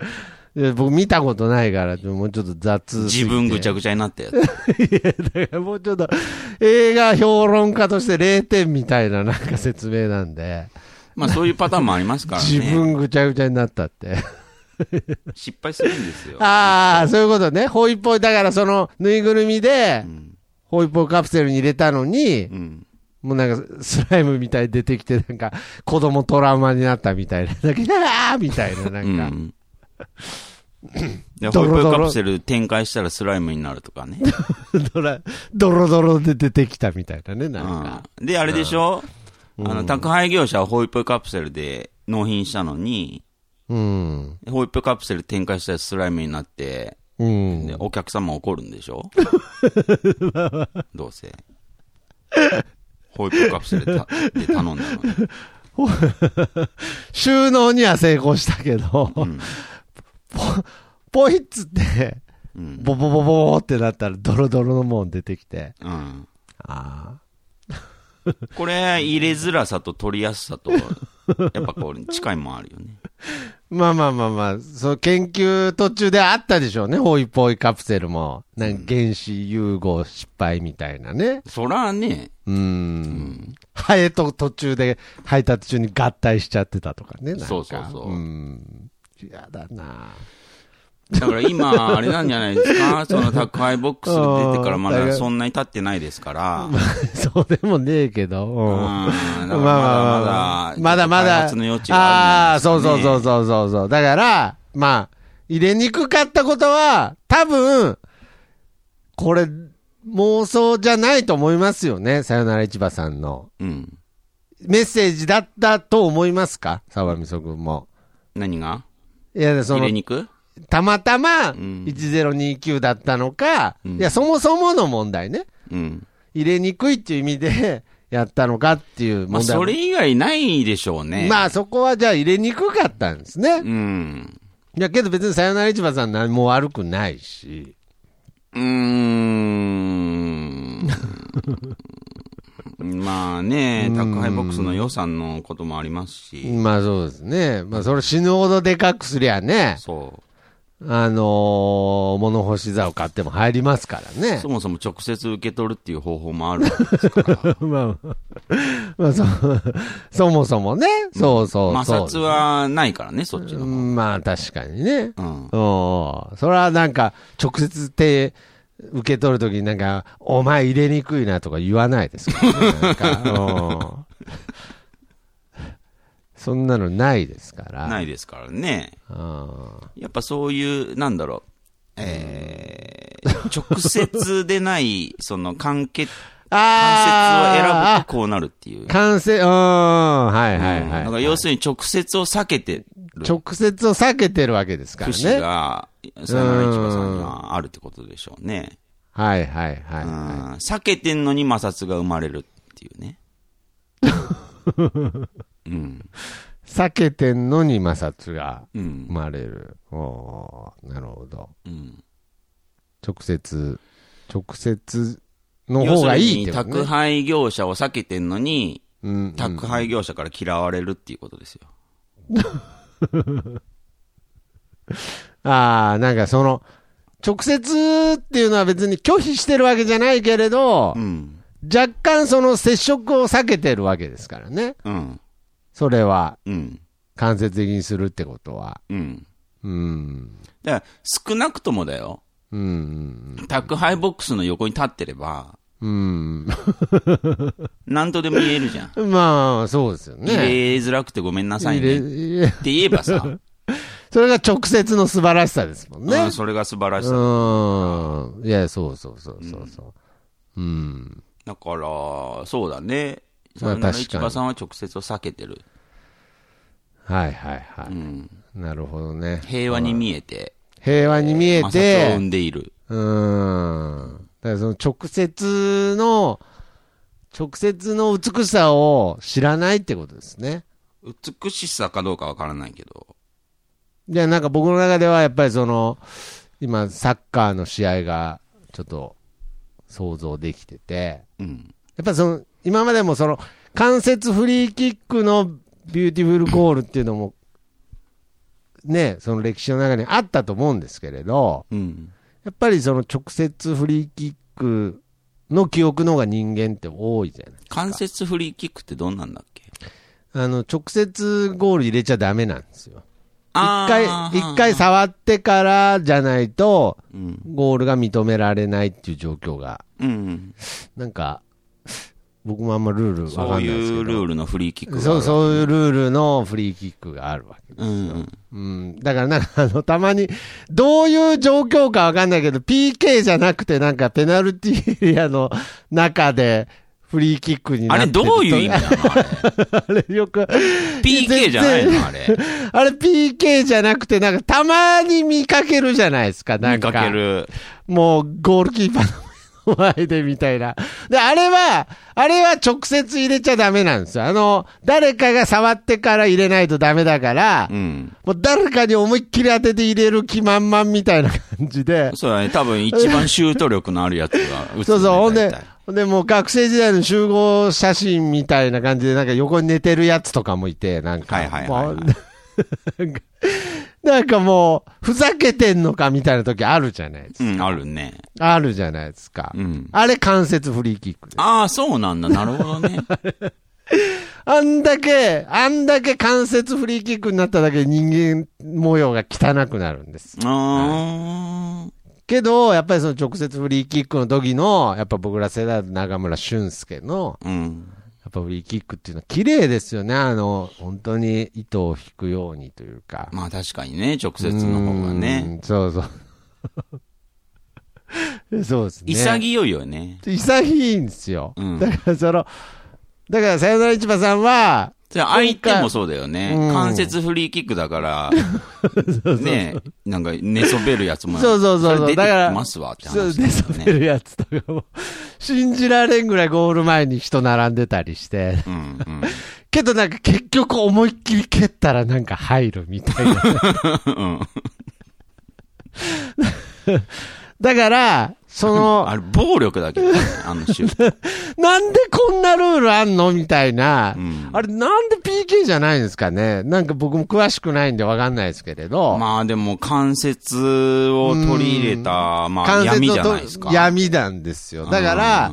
Speaker 1: いや僕見たことないから、もうちょっと雑すぎて。
Speaker 2: 自分ぐちゃぐちゃになったや つ。
Speaker 1: だからもうちょっと、映画評論家として0点みたいななんか説明なんで、
Speaker 2: まあ、そういうパターンもありますから
Speaker 1: 自
Speaker 2: ね。
Speaker 1: 分ぐちゃぐちゃになったって。
Speaker 2: 失敗するんですよ。
Speaker 1: ああ、そういうことね。ホイポイ、だからその、ぬいぐるみで
Speaker 2: う、ん。
Speaker 1: ホイポイカプセルに入れたのに
Speaker 2: う、ん。
Speaker 1: もうなんか、スライムみたいに出てきて、なんか、子供トラウマになったみたいな。 だけど、ああみたいな、な
Speaker 2: うん
Speaker 1: か。
Speaker 2: ん。 でホ
Speaker 1: ド
Speaker 2: イ
Speaker 1: ロド
Speaker 2: プ
Speaker 1: ロ
Speaker 2: カプセル展開したらスライムになるとかね。
Speaker 1: ドラ、ドロドロで出てきたみたいなね、なんか。
Speaker 2: うん、で、あれでしょ、あの、宅配業者はホイップカプセルで納品したのに、
Speaker 1: うん。
Speaker 2: ホイップカプセル展開したらスライムになって、
Speaker 1: うん。
Speaker 2: でお客様怒るんでしょどうせ。ホイップカプセルたで頼んだのに。
Speaker 1: 収納には成功したけど、
Speaker 2: うん
Speaker 1: ポイッツって、
Speaker 2: うん。
Speaker 1: ボボボボボってなったら、ドロドロのもん出てきて。
Speaker 2: うん。
Speaker 1: あ
Speaker 2: これ、入れづらさと取りやすさと、やっぱこう、近いもんあるよね。
Speaker 1: あ。まあまあまあまあ、その研究途中であったでしょうね、ホイポイカプセルも。なんか原子融合失敗みたいなね。
Speaker 2: そらね、
Speaker 1: うーん。ハエと途中で、配達中に合体しちゃってたとかね、なんか。
Speaker 2: そうそうそう
Speaker 1: うん。嫌だな
Speaker 2: だから今、あれなんじゃないですか、その宅配ボックス出てからまだそんなに経ってないですから、うん、だ
Speaker 1: そうでもねえけど。うん。
Speaker 2: からまだまだ、
Speaker 1: まだま
Speaker 2: 開
Speaker 1: だ。
Speaker 2: 発の余地が
Speaker 1: あ
Speaker 2: あ
Speaker 1: あ
Speaker 2: る
Speaker 1: ー、そうそうそう
Speaker 2: う。
Speaker 1: そうそうそう。だから、まあ、入れにくかったことは、多分、これ、妄想じゃないと思いますよね。さよなら市場さんの。
Speaker 2: うん。
Speaker 1: メッセージだったと思いますか沢みそくんも。
Speaker 2: 何が
Speaker 1: いや、そ
Speaker 2: 入
Speaker 1: の
Speaker 2: れ、肉
Speaker 1: たまたま
Speaker 2: ん
Speaker 1: 1029だったのか、
Speaker 2: うん
Speaker 1: いや、そもそもの問題ね。
Speaker 2: うん。
Speaker 1: 入れにくいっていう意味で やったのかっていう
Speaker 2: まあ、
Speaker 1: 問題も。
Speaker 2: それ以外ないでしょうね。
Speaker 1: まあ、そこはじゃあ入れにくかったんですね。
Speaker 2: うん。
Speaker 1: いや、けど別にさよなら市場さん何も悪くないし。
Speaker 2: うーん。 まあね、宅配ボックスの予算のこともありますし、
Speaker 1: まあそうですね。まあそれ死ぬほどでかくすりゃね、
Speaker 2: そう。
Speaker 1: あのー物干し座を買っても入りますからね
Speaker 2: そ。もそも直接受け取るっていう方法もあるわけです
Speaker 1: まあ、まあそ、 そもそもね、そうそうそう。
Speaker 2: 摩擦はないからね、そっちの。
Speaker 1: うんまあ確かにね。
Speaker 2: うん。
Speaker 1: うん。それはなんか、直接手受け取るときになんか、お前入れにくいなとか言わないですからね。なんか、うん。そんなのないですから。。
Speaker 2: ないいですからね。
Speaker 1: あ
Speaker 2: やっぱそういう、なんだろう。えー、直接でない、その関係、 関節を選ぶとこうなるっていう。
Speaker 1: ぶ。関節、うん。はいはい
Speaker 2: うん
Speaker 1: はい。
Speaker 2: だから要するに直接を避けてる
Speaker 1: 直接を避けてるわけですから
Speaker 2: 節
Speaker 1: ね。
Speaker 2: が、さよなら市場さんにはあるってことでしょうね。
Speaker 1: はいはいは
Speaker 2: う
Speaker 1: い、
Speaker 2: ん
Speaker 1: は。
Speaker 2: 避けてんのに摩擦が生まれるっていう ね。うん。
Speaker 1: い。避けてんのに摩擦が
Speaker 2: う
Speaker 1: 生
Speaker 2: ん。
Speaker 1: まれる。おーなるほど。
Speaker 2: うん。
Speaker 1: 直接、直接の
Speaker 2: 要
Speaker 1: 方
Speaker 2: す
Speaker 1: が
Speaker 2: る
Speaker 1: いいっ
Speaker 2: に
Speaker 1: てこと
Speaker 2: 宅
Speaker 1: ね。
Speaker 2: 配業者を避けてんのに、
Speaker 1: うん
Speaker 2: 宅配業者から嫌われるっていうことですよ。
Speaker 1: ああ、なんかその、直接っていうのは別に拒否してるわけじゃないけれど、
Speaker 2: うん。
Speaker 1: 若干その接触を避けてるわけですからね。
Speaker 2: うん。
Speaker 1: それは、
Speaker 2: うん。
Speaker 1: 間接的にするってことは。
Speaker 2: うん。
Speaker 1: うん。
Speaker 2: だから、少なくともだよ。
Speaker 1: うん。
Speaker 2: 宅配ボックスの横に立ってれば、
Speaker 1: うん。
Speaker 2: 何とでも言えるじゃん。
Speaker 1: まあ、そうですよ
Speaker 2: 入
Speaker 1: ね。
Speaker 2: れづらくてごめんなさいね。って
Speaker 1: 入れ
Speaker 2: 言えばさ、
Speaker 1: それが直接の素晴らしさですもんね。
Speaker 2: うんそれが素晴らしさ。
Speaker 1: うん。いや、そうそうそうそうそう。うん
Speaker 2: だから、そうだね。
Speaker 1: まあ
Speaker 2: それな
Speaker 1: 確
Speaker 2: ら
Speaker 1: かに
Speaker 2: 市場さんは直接を避けてる。
Speaker 1: はいはいはい、
Speaker 2: うん。
Speaker 1: なるほどね。
Speaker 2: 平和に見えて、
Speaker 1: 平和に見え
Speaker 2: 摩擦を生
Speaker 1: て、
Speaker 2: んでいる。
Speaker 1: うーん。だからその直接の、直接の美しさを知らないってことですね。
Speaker 2: 美しさかどうかわからないけど。
Speaker 1: じゃあなんか僕の中ではやっぱりその、今サッカーの試合がちょっと想像できてて、
Speaker 2: うん。
Speaker 1: やっぱその、今までもその、関節フリーキックのビューティフルゴールっていうのも、ね、その歴史の中にあったと思うんですけれど、
Speaker 2: うん。
Speaker 1: やっぱりその直接フリーキックの記憶の方が人間って多いじゃない。
Speaker 2: 関節フリーキックってどんなんだっけ
Speaker 1: あの、直接ゴール入れちゃダメなんですよ。一回
Speaker 2: あ、ー
Speaker 1: 一回触ってからじゃないと、
Speaker 2: うん。
Speaker 1: ゴールが認められないっていう状況が、
Speaker 2: うん。
Speaker 1: なんか、僕もあんまルールわかん
Speaker 2: そ
Speaker 1: な
Speaker 2: う
Speaker 1: いですけど。
Speaker 2: いうルールのフリーキックがある
Speaker 1: そう、そういうルールのフリーキックがあるわけ。
Speaker 2: うんうん。
Speaker 1: うん。だからなんか、あの、たまに、どういう状況かわかんないけど、PK じゃなくてなんかペナルティーエリアの中で、フリーキックにな
Speaker 2: あ
Speaker 1: ってる
Speaker 2: れ
Speaker 1: と
Speaker 2: どういう意味な のあれ
Speaker 1: あれよく、
Speaker 2: ?PK じゃないのあれ。
Speaker 1: あれ PK じゃなくて、なんかたまに見かけるじゃないですか、な
Speaker 2: 見
Speaker 1: んか。
Speaker 2: かける。
Speaker 1: もうゴールキーパーの前でみたいな。で、あれは、あれは直接入れちゃダメなんですよ。あの、誰かが触ってから入れないとダメだから
Speaker 2: う、ん。
Speaker 1: もう誰かに思いっきり当てて入れる気満々みたいな感じで。
Speaker 2: そうだね。多分一番シュート力のあるやつが打つんだ よ。
Speaker 1: そうそう、ほん
Speaker 2: 大
Speaker 1: で
Speaker 2: 体、
Speaker 1: ほんでもう学生時代の集合写真みたいな感じで、なんか横に寝てるやつとかもいて、なんか。
Speaker 2: はいはいはいはい
Speaker 1: もうなんか なんかもう、ふざけてんのかみたいな時あるじゃないですか。
Speaker 2: うん、あるね。
Speaker 1: あるじゃないですか。
Speaker 2: うん。
Speaker 1: あれ関節フリーキックです
Speaker 2: ああ、そうなんだ。なるほど ね。
Speaker 1: あんだけ、あんだけ関節フリーキックになっただけで人間模様が汚くなるんです。
Speaker 2: あー
Speaker 1: けど、やっぱりその直接フリーキックの時の、やっぱ僕ら世代の中村俊介の、
Speaker 2: うん。
Speaker 1: やっぱフリーキックっていうのは綺麗ですよね。あの、本当に糸を引くようにというか。
Speaker 2: まあ確かにね、直接の方がね。
Speaker 1: うん。そうそう。 そうですね。
Speaker 2: 潔いよね。
Speaker 1: 潔いんですよ。
Speaker 2: うん
Speaker 1: だからその、だからさよなら市場さんは、
Speaker 2: それ相手もそうだよね。
Speaker 1: うん
Speaker 2: 関節フリーキック だから、ねなんか寝そべるやつも
Speaker 1: そうそうそうそう
Speaker 2: れ出て
Speaker 1: だから
Speaker 2: きますわって
Speaker 1: そう
Speaker 2: 話
Speaker 1: で、
Speaker 2: です
Speaker 1: そ
Speaker 2: よ
Speaker 1: べ
Speaker 2: ね。
Speaker 1: るやつとかも、信じられんぐらいゴール前に人並んでたりして、
Speaker 2: うんうん
Speaker 1: けどなんか結局思いっきり蹴ったらなんか入るみたい な。
Speaker 2: うん。
Speaker 1: だから、その、
Speaker 2: あれ、暴力だけどね、あのシュート。
Speaker 1: なんでこんなルールあんのみたいな
Speaker 2: う。ん
Speaker 1: あれなんで PK じゃないんですかねなんか僕も詳しくないんでわかんないですけれど。
Speaker 2: まあでも、関節を取り入れた、まあ闇じゃないですか。
Speaker 1: 闇なんですよ。だから、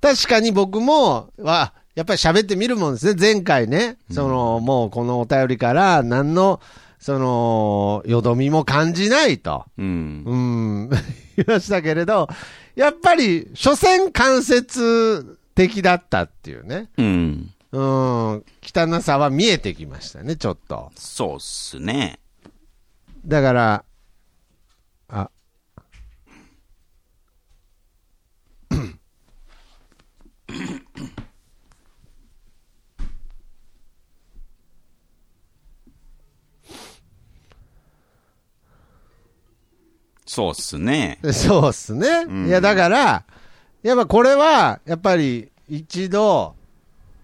Speaker 1: 確かに僕も、は、やっぱり喋ってみるもんですね。前回ね、その、もうこのお便りから、何の、その、よどみも感じないと、
Speaker 2: うん、う
Speaker 1: う
Speaker 2: ん。
Speaker 1: ん、 言いましたけれど、やっぱり、所詮間接的だったっていうね、
Speaker 2: うん。
Speaker 1: うん、汚さは見えてきましたね、ちょっと。
Speaker 2: そうっすね。
Speaker 1: だから、あ、
Speaker 2: そうっすね。
Speaker 1: そうっすね。
Speaker 2: うん
Speaker 1: いや、だから、やっぱこれは、やっぱり一度、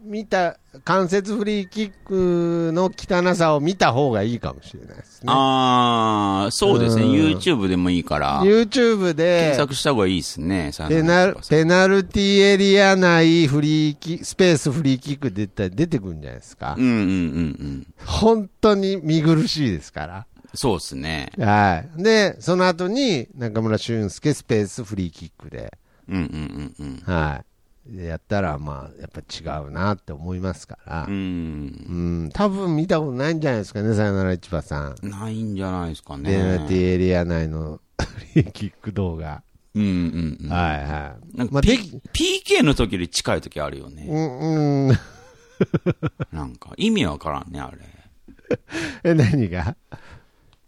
Speaker 1: 見た、関節フリーキックの汚さを見た方がいいかもしれないですね。
Speaker 2: ああ、そうですね。
Speaker 1: うん
Speaker 2: YouTube でもいいから、
Speaker 1: YouTube
Speaker 2: 検
Speaker 1: で、
Speaker 2: 索した方がいいですね。さよ
Speaker 1: ペ
Speaker 2: な
Speaker 1: ナ
Speaker 2: ら
Speaker 1: ルペナルティエリア内フリーキスペースフリーキック出た出てくるんじゃないですか
Speaker 2: う。んうんうん
Speaker 1: 本当に見苦しいですから。
Speaker 2: うん。そうっすね。
Speaker 1: はい。で、その後に中村俊輔スペースフリーキックで。
Speaker 2: うんうんうんうん。
Speaker 1: はい。でやったら、まあ、やっぱ違うなって思いますから。う
Speaker 2: う。
Speaker 1: んん、多分見たことないんじゃないですかね、さよなら市場さん。
Speaker 2: ないんじゃないですかね。
Speaker 1: ペナルティエリア内のフリーキック動画。
Speaker 2: うんうんうん。
Speaker 1: はいはい。
Speaker 2: なんか、
Speaker 1: まあ
Speaker 2: P
Speaker 1: でき
Speaker 2: PK の時より近い時あるよね。
Speaker 1: うん、 うん。
Speaker 2: なんか、意味わからんね、あれ。
Speaker 1: え、何が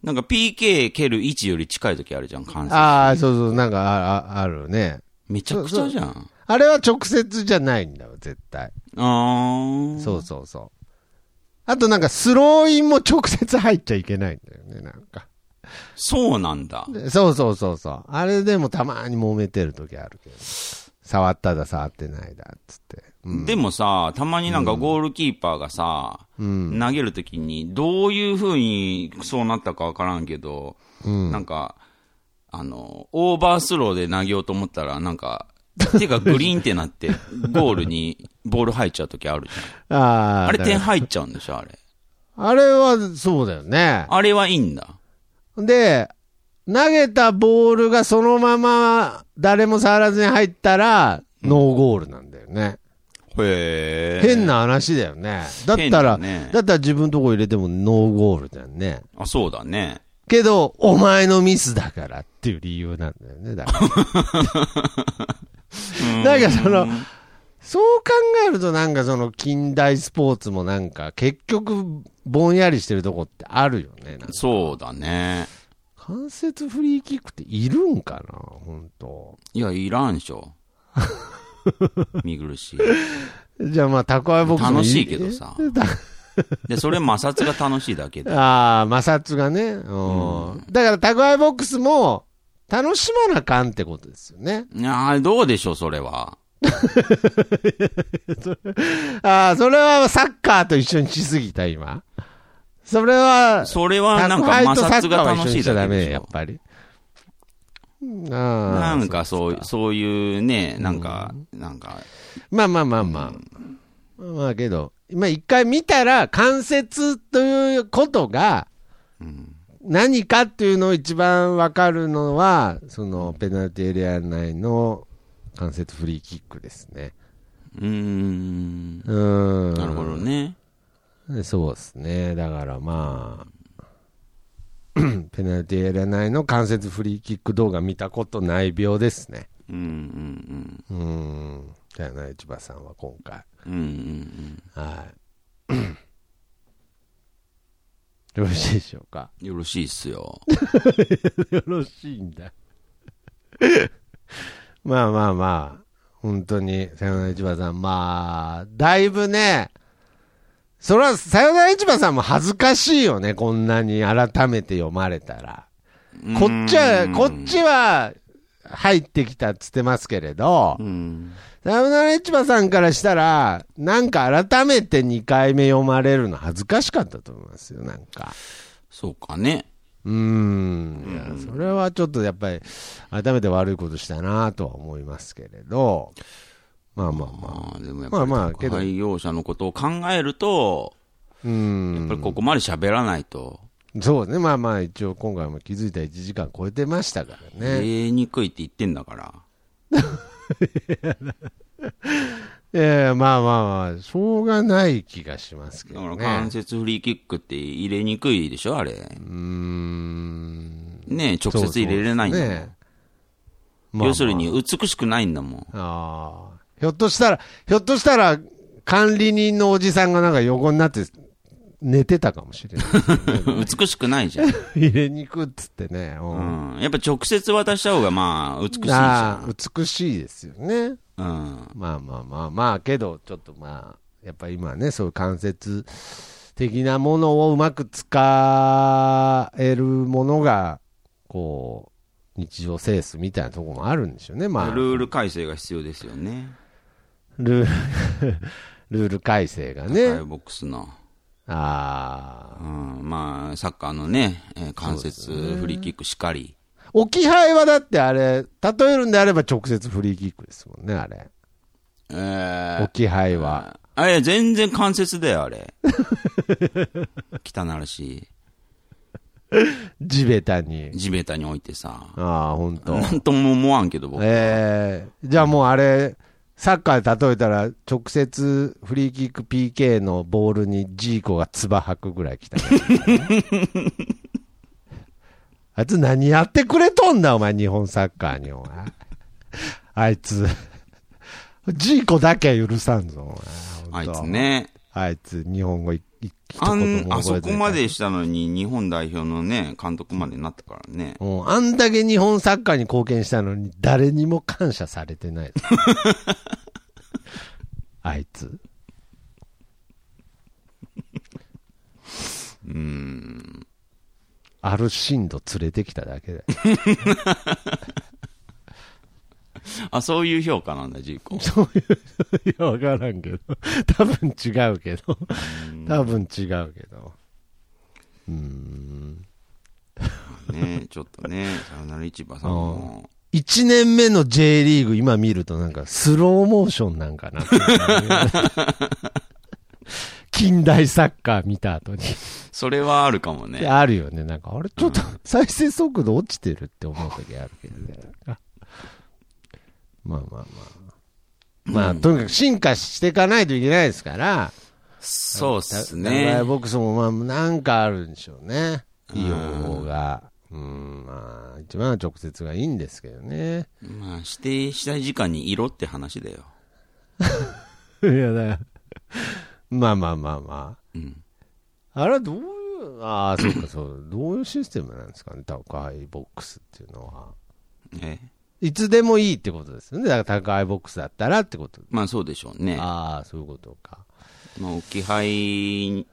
Speaker 2: なんか PK 蹴る位置より近い時あるじゃん、関節。
Speaker 1: ああ、そうそう、なんかあああるね。
Speaker 2: めちゃくちゃじゃん。
Speaker 1: あれは直接じゃないんだよ、絶対。
Speaker 2: あー。
Speaker 1: そうそうそう。あとなんかスローインも直接入っちゃいけないんだよね、なんか。
Speaker 2: そうなんだ。
Speaker 1: そうそうそうそう。あれでもたまに揉めてる時あるけど。触っただ、触ってないだ、つって。うん。
Speaker 2: でもさ、たまになんかゴールキーパーがさ、
Speaker 1: うん。
Speaker 2: 投げるときに、どういう風にそうなったかわからんけど、
Speaker 1: うん
Speaker 2: なんか、あの、オーバースローで投げようと思ったら、なんか、手がグリーンって なって、ゴールにボール入っちゃう時あるじゃん。
Speaker 1: あー
Speaker 2: あれ
Speaker 1: だか
Speaker 2: 点
Speaker 1: ら
Speaker 2: 入っちゃうんでしょ、あれ。
Speaker 1: あれはそうだよね。
Speaker 2: あれはいいんだ。
Speaker 1: で、投げたボールがそのまま誰も触らずに入ったら、ノーゴールなんだよね。
Speaker 2: へえ。
Speaker 1: 変。な話だよね。だったら、
Speaker 2: 変だね
Speaker 1: だったら自分のとこ入れてもノーゴールだよね。
Speaker 2: あ、そうだね。
Speaker 1: けど、お前のミスだからっていう理由なんだよね、だから。なんかその、そう考えるとなんかその近代スポーツもなんか結局ぼんやりしてるとこってあるよね。なんか
Speaker 2: そうだね。
Speaker 1: 関節フリーキックっているんかな本当。
Speaker 2: いや、いらんで しょ。見苦しい。
Speaker 1: じゃあまあ、宅配ボックスも
Speaker 2: 楽しいけ どさ。で、それ摩擦が楽しいだけで。
Speaker 1: ああ、摩擦がね。うん。だから宅配ボックスも楽しまなあかんってことですよね。
Speaker 2: いやーどうでしょう、それは。
Speaker 1: ああ、それはサッカーと一緒にしすぎた、今。それは、
Speaker 2: それはな
Speaker 1: 宅
Speaker 2: んか
Speaker 1: 配
Speaker 2: 摩
Speaker 1: とサッ
Speaker 2: 擦
Speaker 1: カー
Speaker 2: が
Speaker 1: は一
Speaker 2: 楽
Speaker 1: 緒
Speaker 2: し
Speaker 1: に
Speaker 2: い
Speaker 1: しちゃ
Speaker 2: だ
Speaker 1: ダ
Speaker 2: け
Speaker 1: メ
Speaker 2: で
Speaker 1: ね、
Speaker 2: し
Speaker 1: やっ
Speaker 2: ょ。
Speaker 1: ぱり。うんああ。
Speaker 2: なんかそう、そういうね、なんか、なんか、
Speaker 1: まあまあまあまあ。まあけど、まあ一回見たら、関節ということが、何かっていうのを一番わかるのは、そのペナルティーエリア内の関節フリーキックですね。
Speaker 2: うーん。
Speaker 1: うーん。
Speaker 2: なるほどね。
Speaker 1: そうですね。だからまあ、 ペナルティーエリア内の関節フリーキック動画見たことない病ですね。
Speaker 2: うんうん
Speaker 1: うーん。じゃあな、市場さんは今回。
Speaker 2: うん。うんうん
Speaker 1: はい。よろしいでしょうか。
Speaker 2: うん。よろしいっすよ。
Speaker 1: よろしいんだ。 まあまあまあ、本当に、さよなら市場さん、まあ、だいぶね、それは、さよなら市場さんも恥ずかしいよね、こんなに改めて読まれたら。こっちは、
Speaker 2: うん
Speaker 1: こっちは、入ってきたっつってますけれど
Speaker 2: う、ん。
Speaker 1: さよなら市場さんからしたら、なんか改めて2回目読まれるの恥ずかしかったと思いますよ、なんか。
Speaker 2: そうかね。
Speaker 1: うーん、いやそれはちょっとやっぱり、改めて悪いことしたなとは思いますけれど、まあまあまあ、
Speaker 2: まあでもやっ
Speaker 1: ま
Speaker 2: ぱ
Speaker 1: あまあ
Speaker 2: り、
Speaker 1: けど
Speaker 2: 宅配業者のことを考えると、
Speaker 1: うー
Speaker 2: やっぱり
Speaker 1: ん、
Speaker 2: ここまで喋らないと、
Speaker 1: そうですね、まあまあ、一応、今回も気づいたら1時間超えてましたからね。
Speaker 2: 言えにくいって言ってんだから。
Speaker 1: ええまあまあまあ、しょうがない気がしますけ
Speaker 2: だ
Speaker 1: ど
Speaker 2: から
Speaker 1: ね。
Speaker 2: 関節フリーキックって入れにくいでしょ、あれ。
Speaker 1: うーん、
Speaker 2: ね直接入れれないんだもん
Speaker 1: ねまあまあ
Speaker 2: 要するに、美しくないんだもん。
Speaker 1: ああ。ひょっとしたら、ひょっとしたら、管理人のおじさんがなんか横になって寝てたかもしれない。
Speaker 2: 美しくないじゃん。
Speaker 1: 入れにくっつってね。うん
Speaker 2: うん。やっぱ直接渡した方が、まあ、美しいじ
Speaker 1: あ
Speaker 2: ゃん。
Speaker 1: あ美しいですよね。
Speaker 2: うん。
Speaker 1: まあまあまあまあ、けど、ちょっとまあ、やっぱ今ね、そういう関節的なものをうまく使えるものが、こう、日常セースみたいなところもあるんでしょうね。まあ、
Speaker 2: ルール改正が必要ですよね。
Speaker 1: ルール、ルール改正が
Speaker 2: ね。
Speaker 1: ね。
Speaker 2: ボックスの。
Speaker 1: あ
Speaker 2: う
Speaker 1: あ。
Speaker 2: ん。まあ、サッカーのね、えー関節、フリーキックしかり。
Speaker 1: 置き配はだってあれ、例えるんであれば直接フリーキックですもんね、あれ。
Speaker 2: えー
Speaker 1: 置き配は。
Speaker 2: あれ、全然関節だよ、あれ。 汚らし
Speaker 1: 地べたに
Speaker 2: い。。地べたに置いてさ。
Speaker 1: ああ、ほんと。
Speaker 2: なんとも思わんけど、僕。
Speaker 1: ええじゃあもうあれ、サッカーで例えたら、直接フリーキック PK のボールにジーコが唾吐くぐらい来た、 あいつ何やってくれとんだ、お前、日本サッカーに、お前。あいつ。ジーコだけは許さんぞ、お
Speaker 2: あ
Speaker 1: 前。
Speaker 2: い
Speaker 1: ほんと
Speaker 2: つ。ね。
Speaker 1: あいつ、日本語い一
Speaker 2: あ
Speaker 1: 言
Speaker 2: ん、
Speaker 1: も
Speaker 2: あ
Speaker 1: 覚え
Speaker 2: そ
Speaker 1: て
Speaker 2: こ
Speaker 1: ない
Speaker 2: までしたのに、日本代表のね、監督までなったからね。
Speaker 1: うん、あんだけ日本サッカーに貢献したのに、誰にも感謝されて ない。あいつ。
Speaker 2: うん。
Speaker 1: アルシンド連れてきただけ で。
Speaker 2: あ、そういう評価なんだ、ジーコ。
Speaker 1: いや、わからんけど。 多分違うけど。多分違うけど。うーん。
Speaker 2: ね、ちょっとね、さよなら市場さんも、
Speaker 1: 1年目の J リーグ今見るとなんかスローモーションなんかな っていう。近代サッカー見た後に。
Speaker 2: それはあるかもね。
Speaker 1: あるよね。なんか、あれちょっと 再生速度落ちてるって思う時あるけどね。まあまあまあ。まあ、とにかく進化していかないといけないですから。
Speaker 2: そうっす
Speaker 1: ダ
Speaker 2: ね
Speaker 1: ダ。ボックスもまあ、なんかあるんでしょうね。いい方法が。うん、まあ、一番は直接がいいんですけどね。
Speaker 2: まあ、指定したい時間に色って話だよ。
Speaker 1: いやだよ。まあまあまあま
Speaker 2: うん。
Speaker 1: あ。あれはどういう、ああ、そうかそう。どういうシステムなんですかね、宅配ボックスっていうのは。
Speaker 2: え
Speaker 1: いつでもいいってことですよね。だから宅配ボックスだったらってこと。
Speaker 2: まあ、そうでしょうね。
Speaker 1: ああ、そういうことか。
Speaker 2: まあ、置き配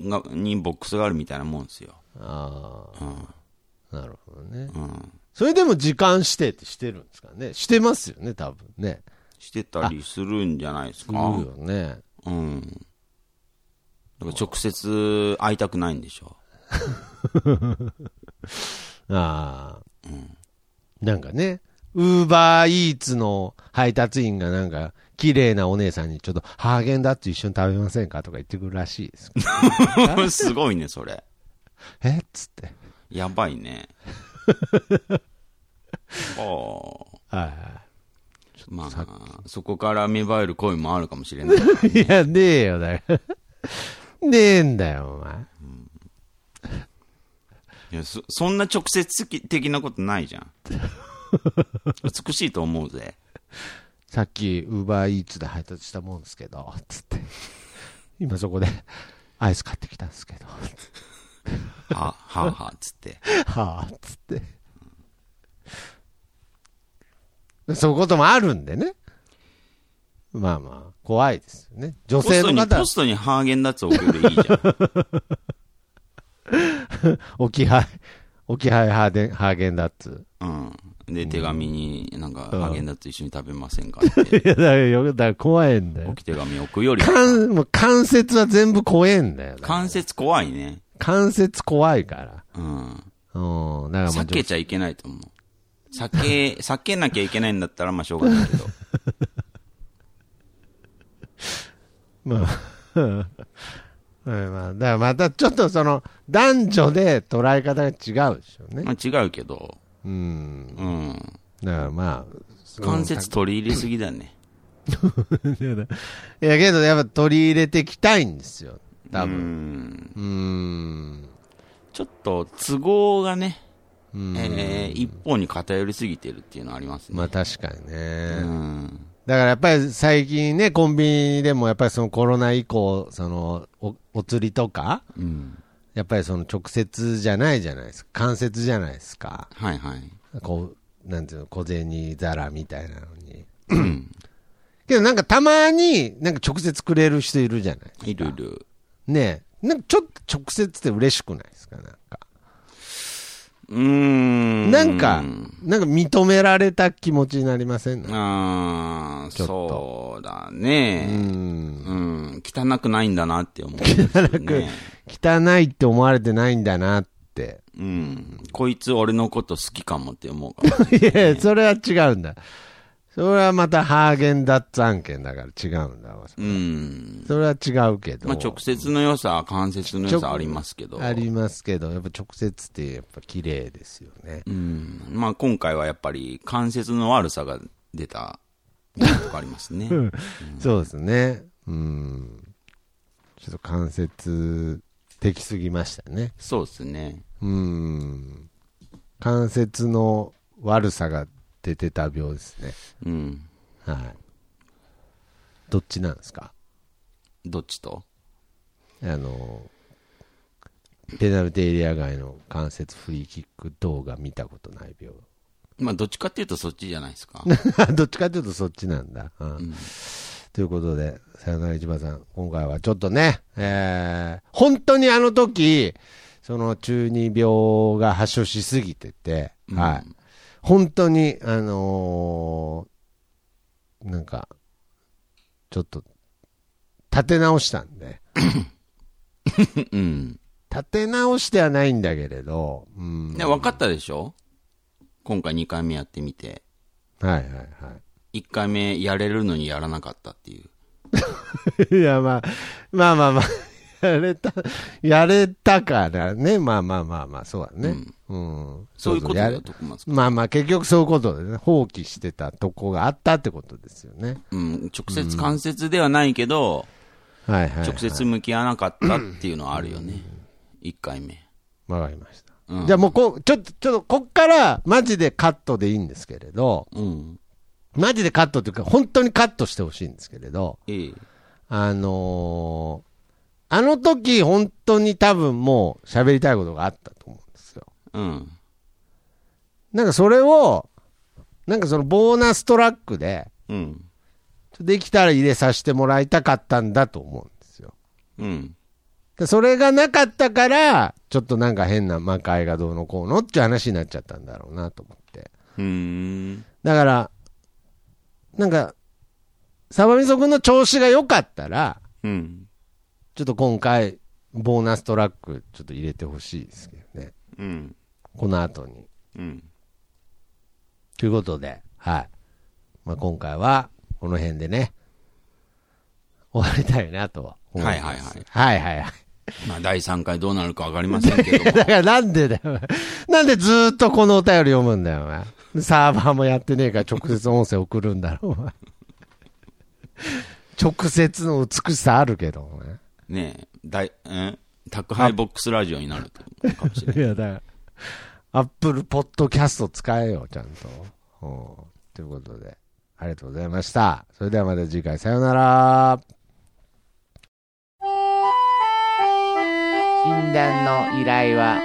Speaker 2: がにボックスがあるみたいなもんですよ。
Speaker 1: ああ、なるほどね。
Speaker 2: うん。
Speaker 1: それでも時間指定ってしてるんですかね。してますよね、多分ね。
Speaker 2: してたりするんじゃないです
Speaker 1: する
Speaker 2: か。
Speaker 1: よね。
Speaker 2: うん。だから直接会いたくないんでしょ。
Speaker 1: ああ、なんかね、ウーバーイーツの配達員がなんか、綺麗なお姉さんにちょっとハーゲンダッツ一緒に食べませんかとか言ってくるらしいですけど。
Speaker 2: すごいね、それ。
Speaker 1: えっつって。
Speaker 2: やばいね。 ああ。
Speaker 1: はい
Speaker 2: まあ、そこから芽生える恋もあるかもし れない。
Speaker 1: はい。いや、ねえよ、だから。ねえんだよ、お前。
Speaker 2: いやそそんな直接的なことな いじゃん。美しいと思うぜ。
Speaker 1: さっき、ウーバーイーツで配達したもんですけど、つって。今そこで、アイス買ってきたんですけど、
Speaker 2: は、は、は、つって。
Speaker 1: はあ、つって。そういうこともあるんでね。まあまあ、怖いですよね。女
Speaker 2: ポ
Speaker 1: 性
Speaker 2: スト
Speaker 1: の
Speaker 2: に、
Speaker 1: 方
Speaker 2: ポ、ストにハーゲンダッツを送るでいいじゃん。
Speaker 1: 置き配、置き配ハーデンハーゲンダッツ。
Speaker 2: うん。で、手紙に、なんか、ハーゲンダッツ一緒に食べません かって、
Speaker 1: いや、だからよ、だから怖いんだよ
Speaker 2: 置。き手紙置くより、
Speaker 1: 関、もう関節は全部怖えんだよ。
Speaker 2: 関節怖いね。
Speaker 1: 関節怖いから。
Speaker 2: うん。
Speaker 1: うん、だからまあ
Speaker 2: 避けちゃいけないと思う。避け、 避けなきゃいけないんだったら、まあ、しょうがないけど。
Speaker 1: まあ、うん まあ、だからまたちょっとその、男女で捉え方が違うでしょうね。
Speaker 2: まあ、違うけど、
Speaker 1: うん。
Speaker 2: うん。
Speaker 1: だからまあ、その
Speaker 2: 関節取り入れすぎだね。
Speaker 1: いやけどやっぱ取り入れていきたいんですよ。多
Speaker 2: う
Speaker 1: 分。
Speaker 2: ん。
Speaker 1: うーん。
Speaker 2: ちょっと、都合がね、
Speaker 1: うん
Speaker 2: えー、一方に偏りすぎてるっていうのはありますね。
Speaker 1: まあ確かに
Speaker 2: う
Speaker 1: ね。
Speaker 2: ん。
Speaker 1: だからやっぱり最近ね、コンビニでもやっぱりそのコロナ以降、そのお、お釣りとか、
Speaker 2: うん。
Speaker 1: やっぱりその直接じゃないじゃないですか。間接じゃないですか。
Speaker 2: はいはい。
Speaker 1: こう、なんていうの、小銭皿みたいなのに。
Speaker 2: うん。
Speaker 1: けどなんかたまに、なんか直接くれる人いるじゃない。
Speaker 2: いるいる。
Speaker 1: ねえ。なんかちょっと直接って嬉しくないですかなんか。
Speaker 2: うーん。
Speaker 1: なんか、なんか認められた気持ちになりませんね。
Speaker 2: ああ、
Speaker 1: ちょっ
Speaker 2: そうだ
Speaker 1: う
Speaker 2: ね。
Speaker 1: ん。
Speaker 2: うん。汚くないんだなって思う、汚く。
Speaker 1: 汚いって思われてないんだなって。
Speaker 2: うん。こいつ俺のこと好きかもって思うかもしれな い
Speaker 1: いや、それは違うんだ。それはまたハーゲンダッツ案件だから違うんだわ。
Speaker 2: うん。
Speaker 1: それは違うけど。
Speaker 2: まあ直接の良さ、間接の良さありますけど。
Speaker 1: ありますけど、やっぱ直接ってやっぱ綺麗ですよね。
Speaker 2: うん。まあ今回はやっぱり関節の悪さが出たとかありますね。
Speaker 1: そうですね。うん。ちょっと間接的すぎましたね。
Speaker 2: そうですね。
Speaker 1: うん。関節の悪さが出てた病ですね。
Speaker 2: うん。
Speaker 1: はい。どっちなんですか
Speaker 2: どっちと
Speaker 1: あの、ペナルティエリア外の関節フリーキック動画見たことない病。
Speaker 2: まあどっちかっていうとそっちじゃないですか。
Speaker 1: どっちかというとそっちなんだ。うん
Speaker 2: ん
Speaker 1: ということで、さよなら市場さん、今回はちょっとね、えー本当にあの時、その中二病が発症しすぎてて、
Speaker 2: うん
Speaker 1: はい。本当に、あのーなんか、ちょっと、立て直したんで、
Speaker 2: うん。
Speaker 1: 立て直してはないんだけれど、うん
Speaker 2: ね、分かったでしょ今回2回目やってみて、
Speaker 1: はいはいは
Speaker 2: 1回目やれるのにやらなかったってい う。
Speaker 1: い。いや、まあ、まあまあまあ、やれた、やれたからね。まあまあまあまあ、そうだね。うん。
Speaker 2: そういうこと
Speaker 1: や
Speaker 2: だ
Speaker 1: れ
Speaker 2: よ、徳松君。
Speaker 1: まあまあ、結局そういうことでね、放棄してたとこがあったってことですよね。
Speaker 2: うん、直接関節ではないけど、
Speaker 1: はいはい、はい。
Speaker 2: 直接向き合わなかったっていうのはあるよね。1回目。
Speaker 1: わかりました。
Speaker 2: うん
Speaker 1: じゃあもうこ、ちょっと、ちょっと、こっから、マジでカットでいいんですけれど、
Speaker 2: うん。
Speaker 1: マジでカットというか、本当にカットしてほしいんですけれど、
Speaker 2: ええ。
Speaker 1: あのーあの時、本当に多分もう喋りたいことがあったと思うんですよ。
Speaker 2: うん。
Speaker 1: なんかそれを、なんかそのボーナストラックで、
Speaker 2: うん。
Speaker 1: できたら入れさせてもらいたかったんだと思うんですよ。
Speaker 2: うん。
Speaker 1: でそれがなかったから、ちょっとなんか変な魔界がどうのこうのっていう話になっちゃったんだろうなと思って。
Speaker 2: うーん。
Speaker 1: だから、なんか、サバミソ君の調子が良かったら、
Speaker 2: うん。
Speaker 1: ちょっと今回、ボーナストラック、ちょっと入れてほしいですけどね。
Speaker 2: うん。
Speaker 1: この後に。
Speaker 2: うん。
Speaker 1: ということで、はい。まあ、今回は、この辺でね、終わりたいなとは思います。はいはいはい。はいはいはい。
Speaker 2: まあ、第3回どうなるかわかりません けども。
Speaker 1: だからなんでだよ。なんでずーっとこのお便り読むんだよ、お前。サーバーもやってねえから直接音声送るんだろ、お前。 直接の美しさあるけど、お前。
Speaker 2: ねえ、大、え宅配ボックスラジオになるかもしれない。
Speaker 1: いや、だから、アップルポッドキャスト使えよ、ちゃんと。うんということで、ありがとうございました。それではまた次回、さようなら。
Speaker 3: 診断の依頼は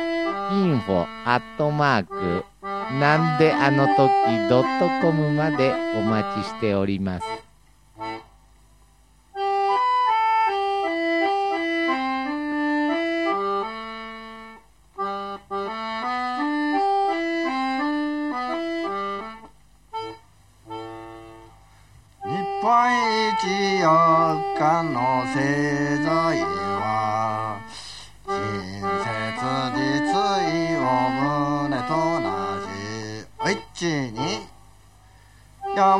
Speaker 3: info アットマークなんであの時ドットコムまでお待ちしております。
Speaker 4: 日本一四日の製材は親切実意を胸と同じ一に病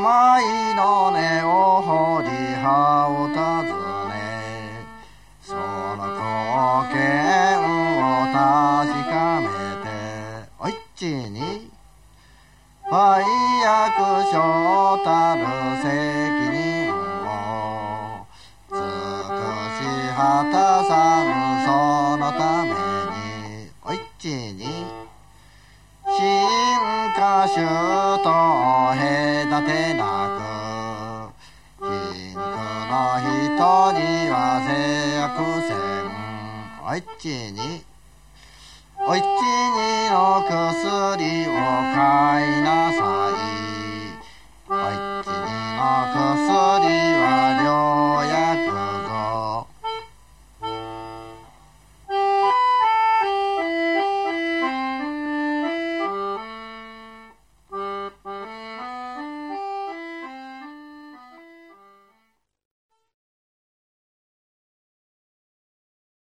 Speaker 4: の根を掘り葉を訪ねその貢献を確かめて一に愛役所たる責任を尽くし果たさぬそのためにおいちに進化種と隔てなく貧苦の人には制約せんおいちにおいちにの薬を買いなさい。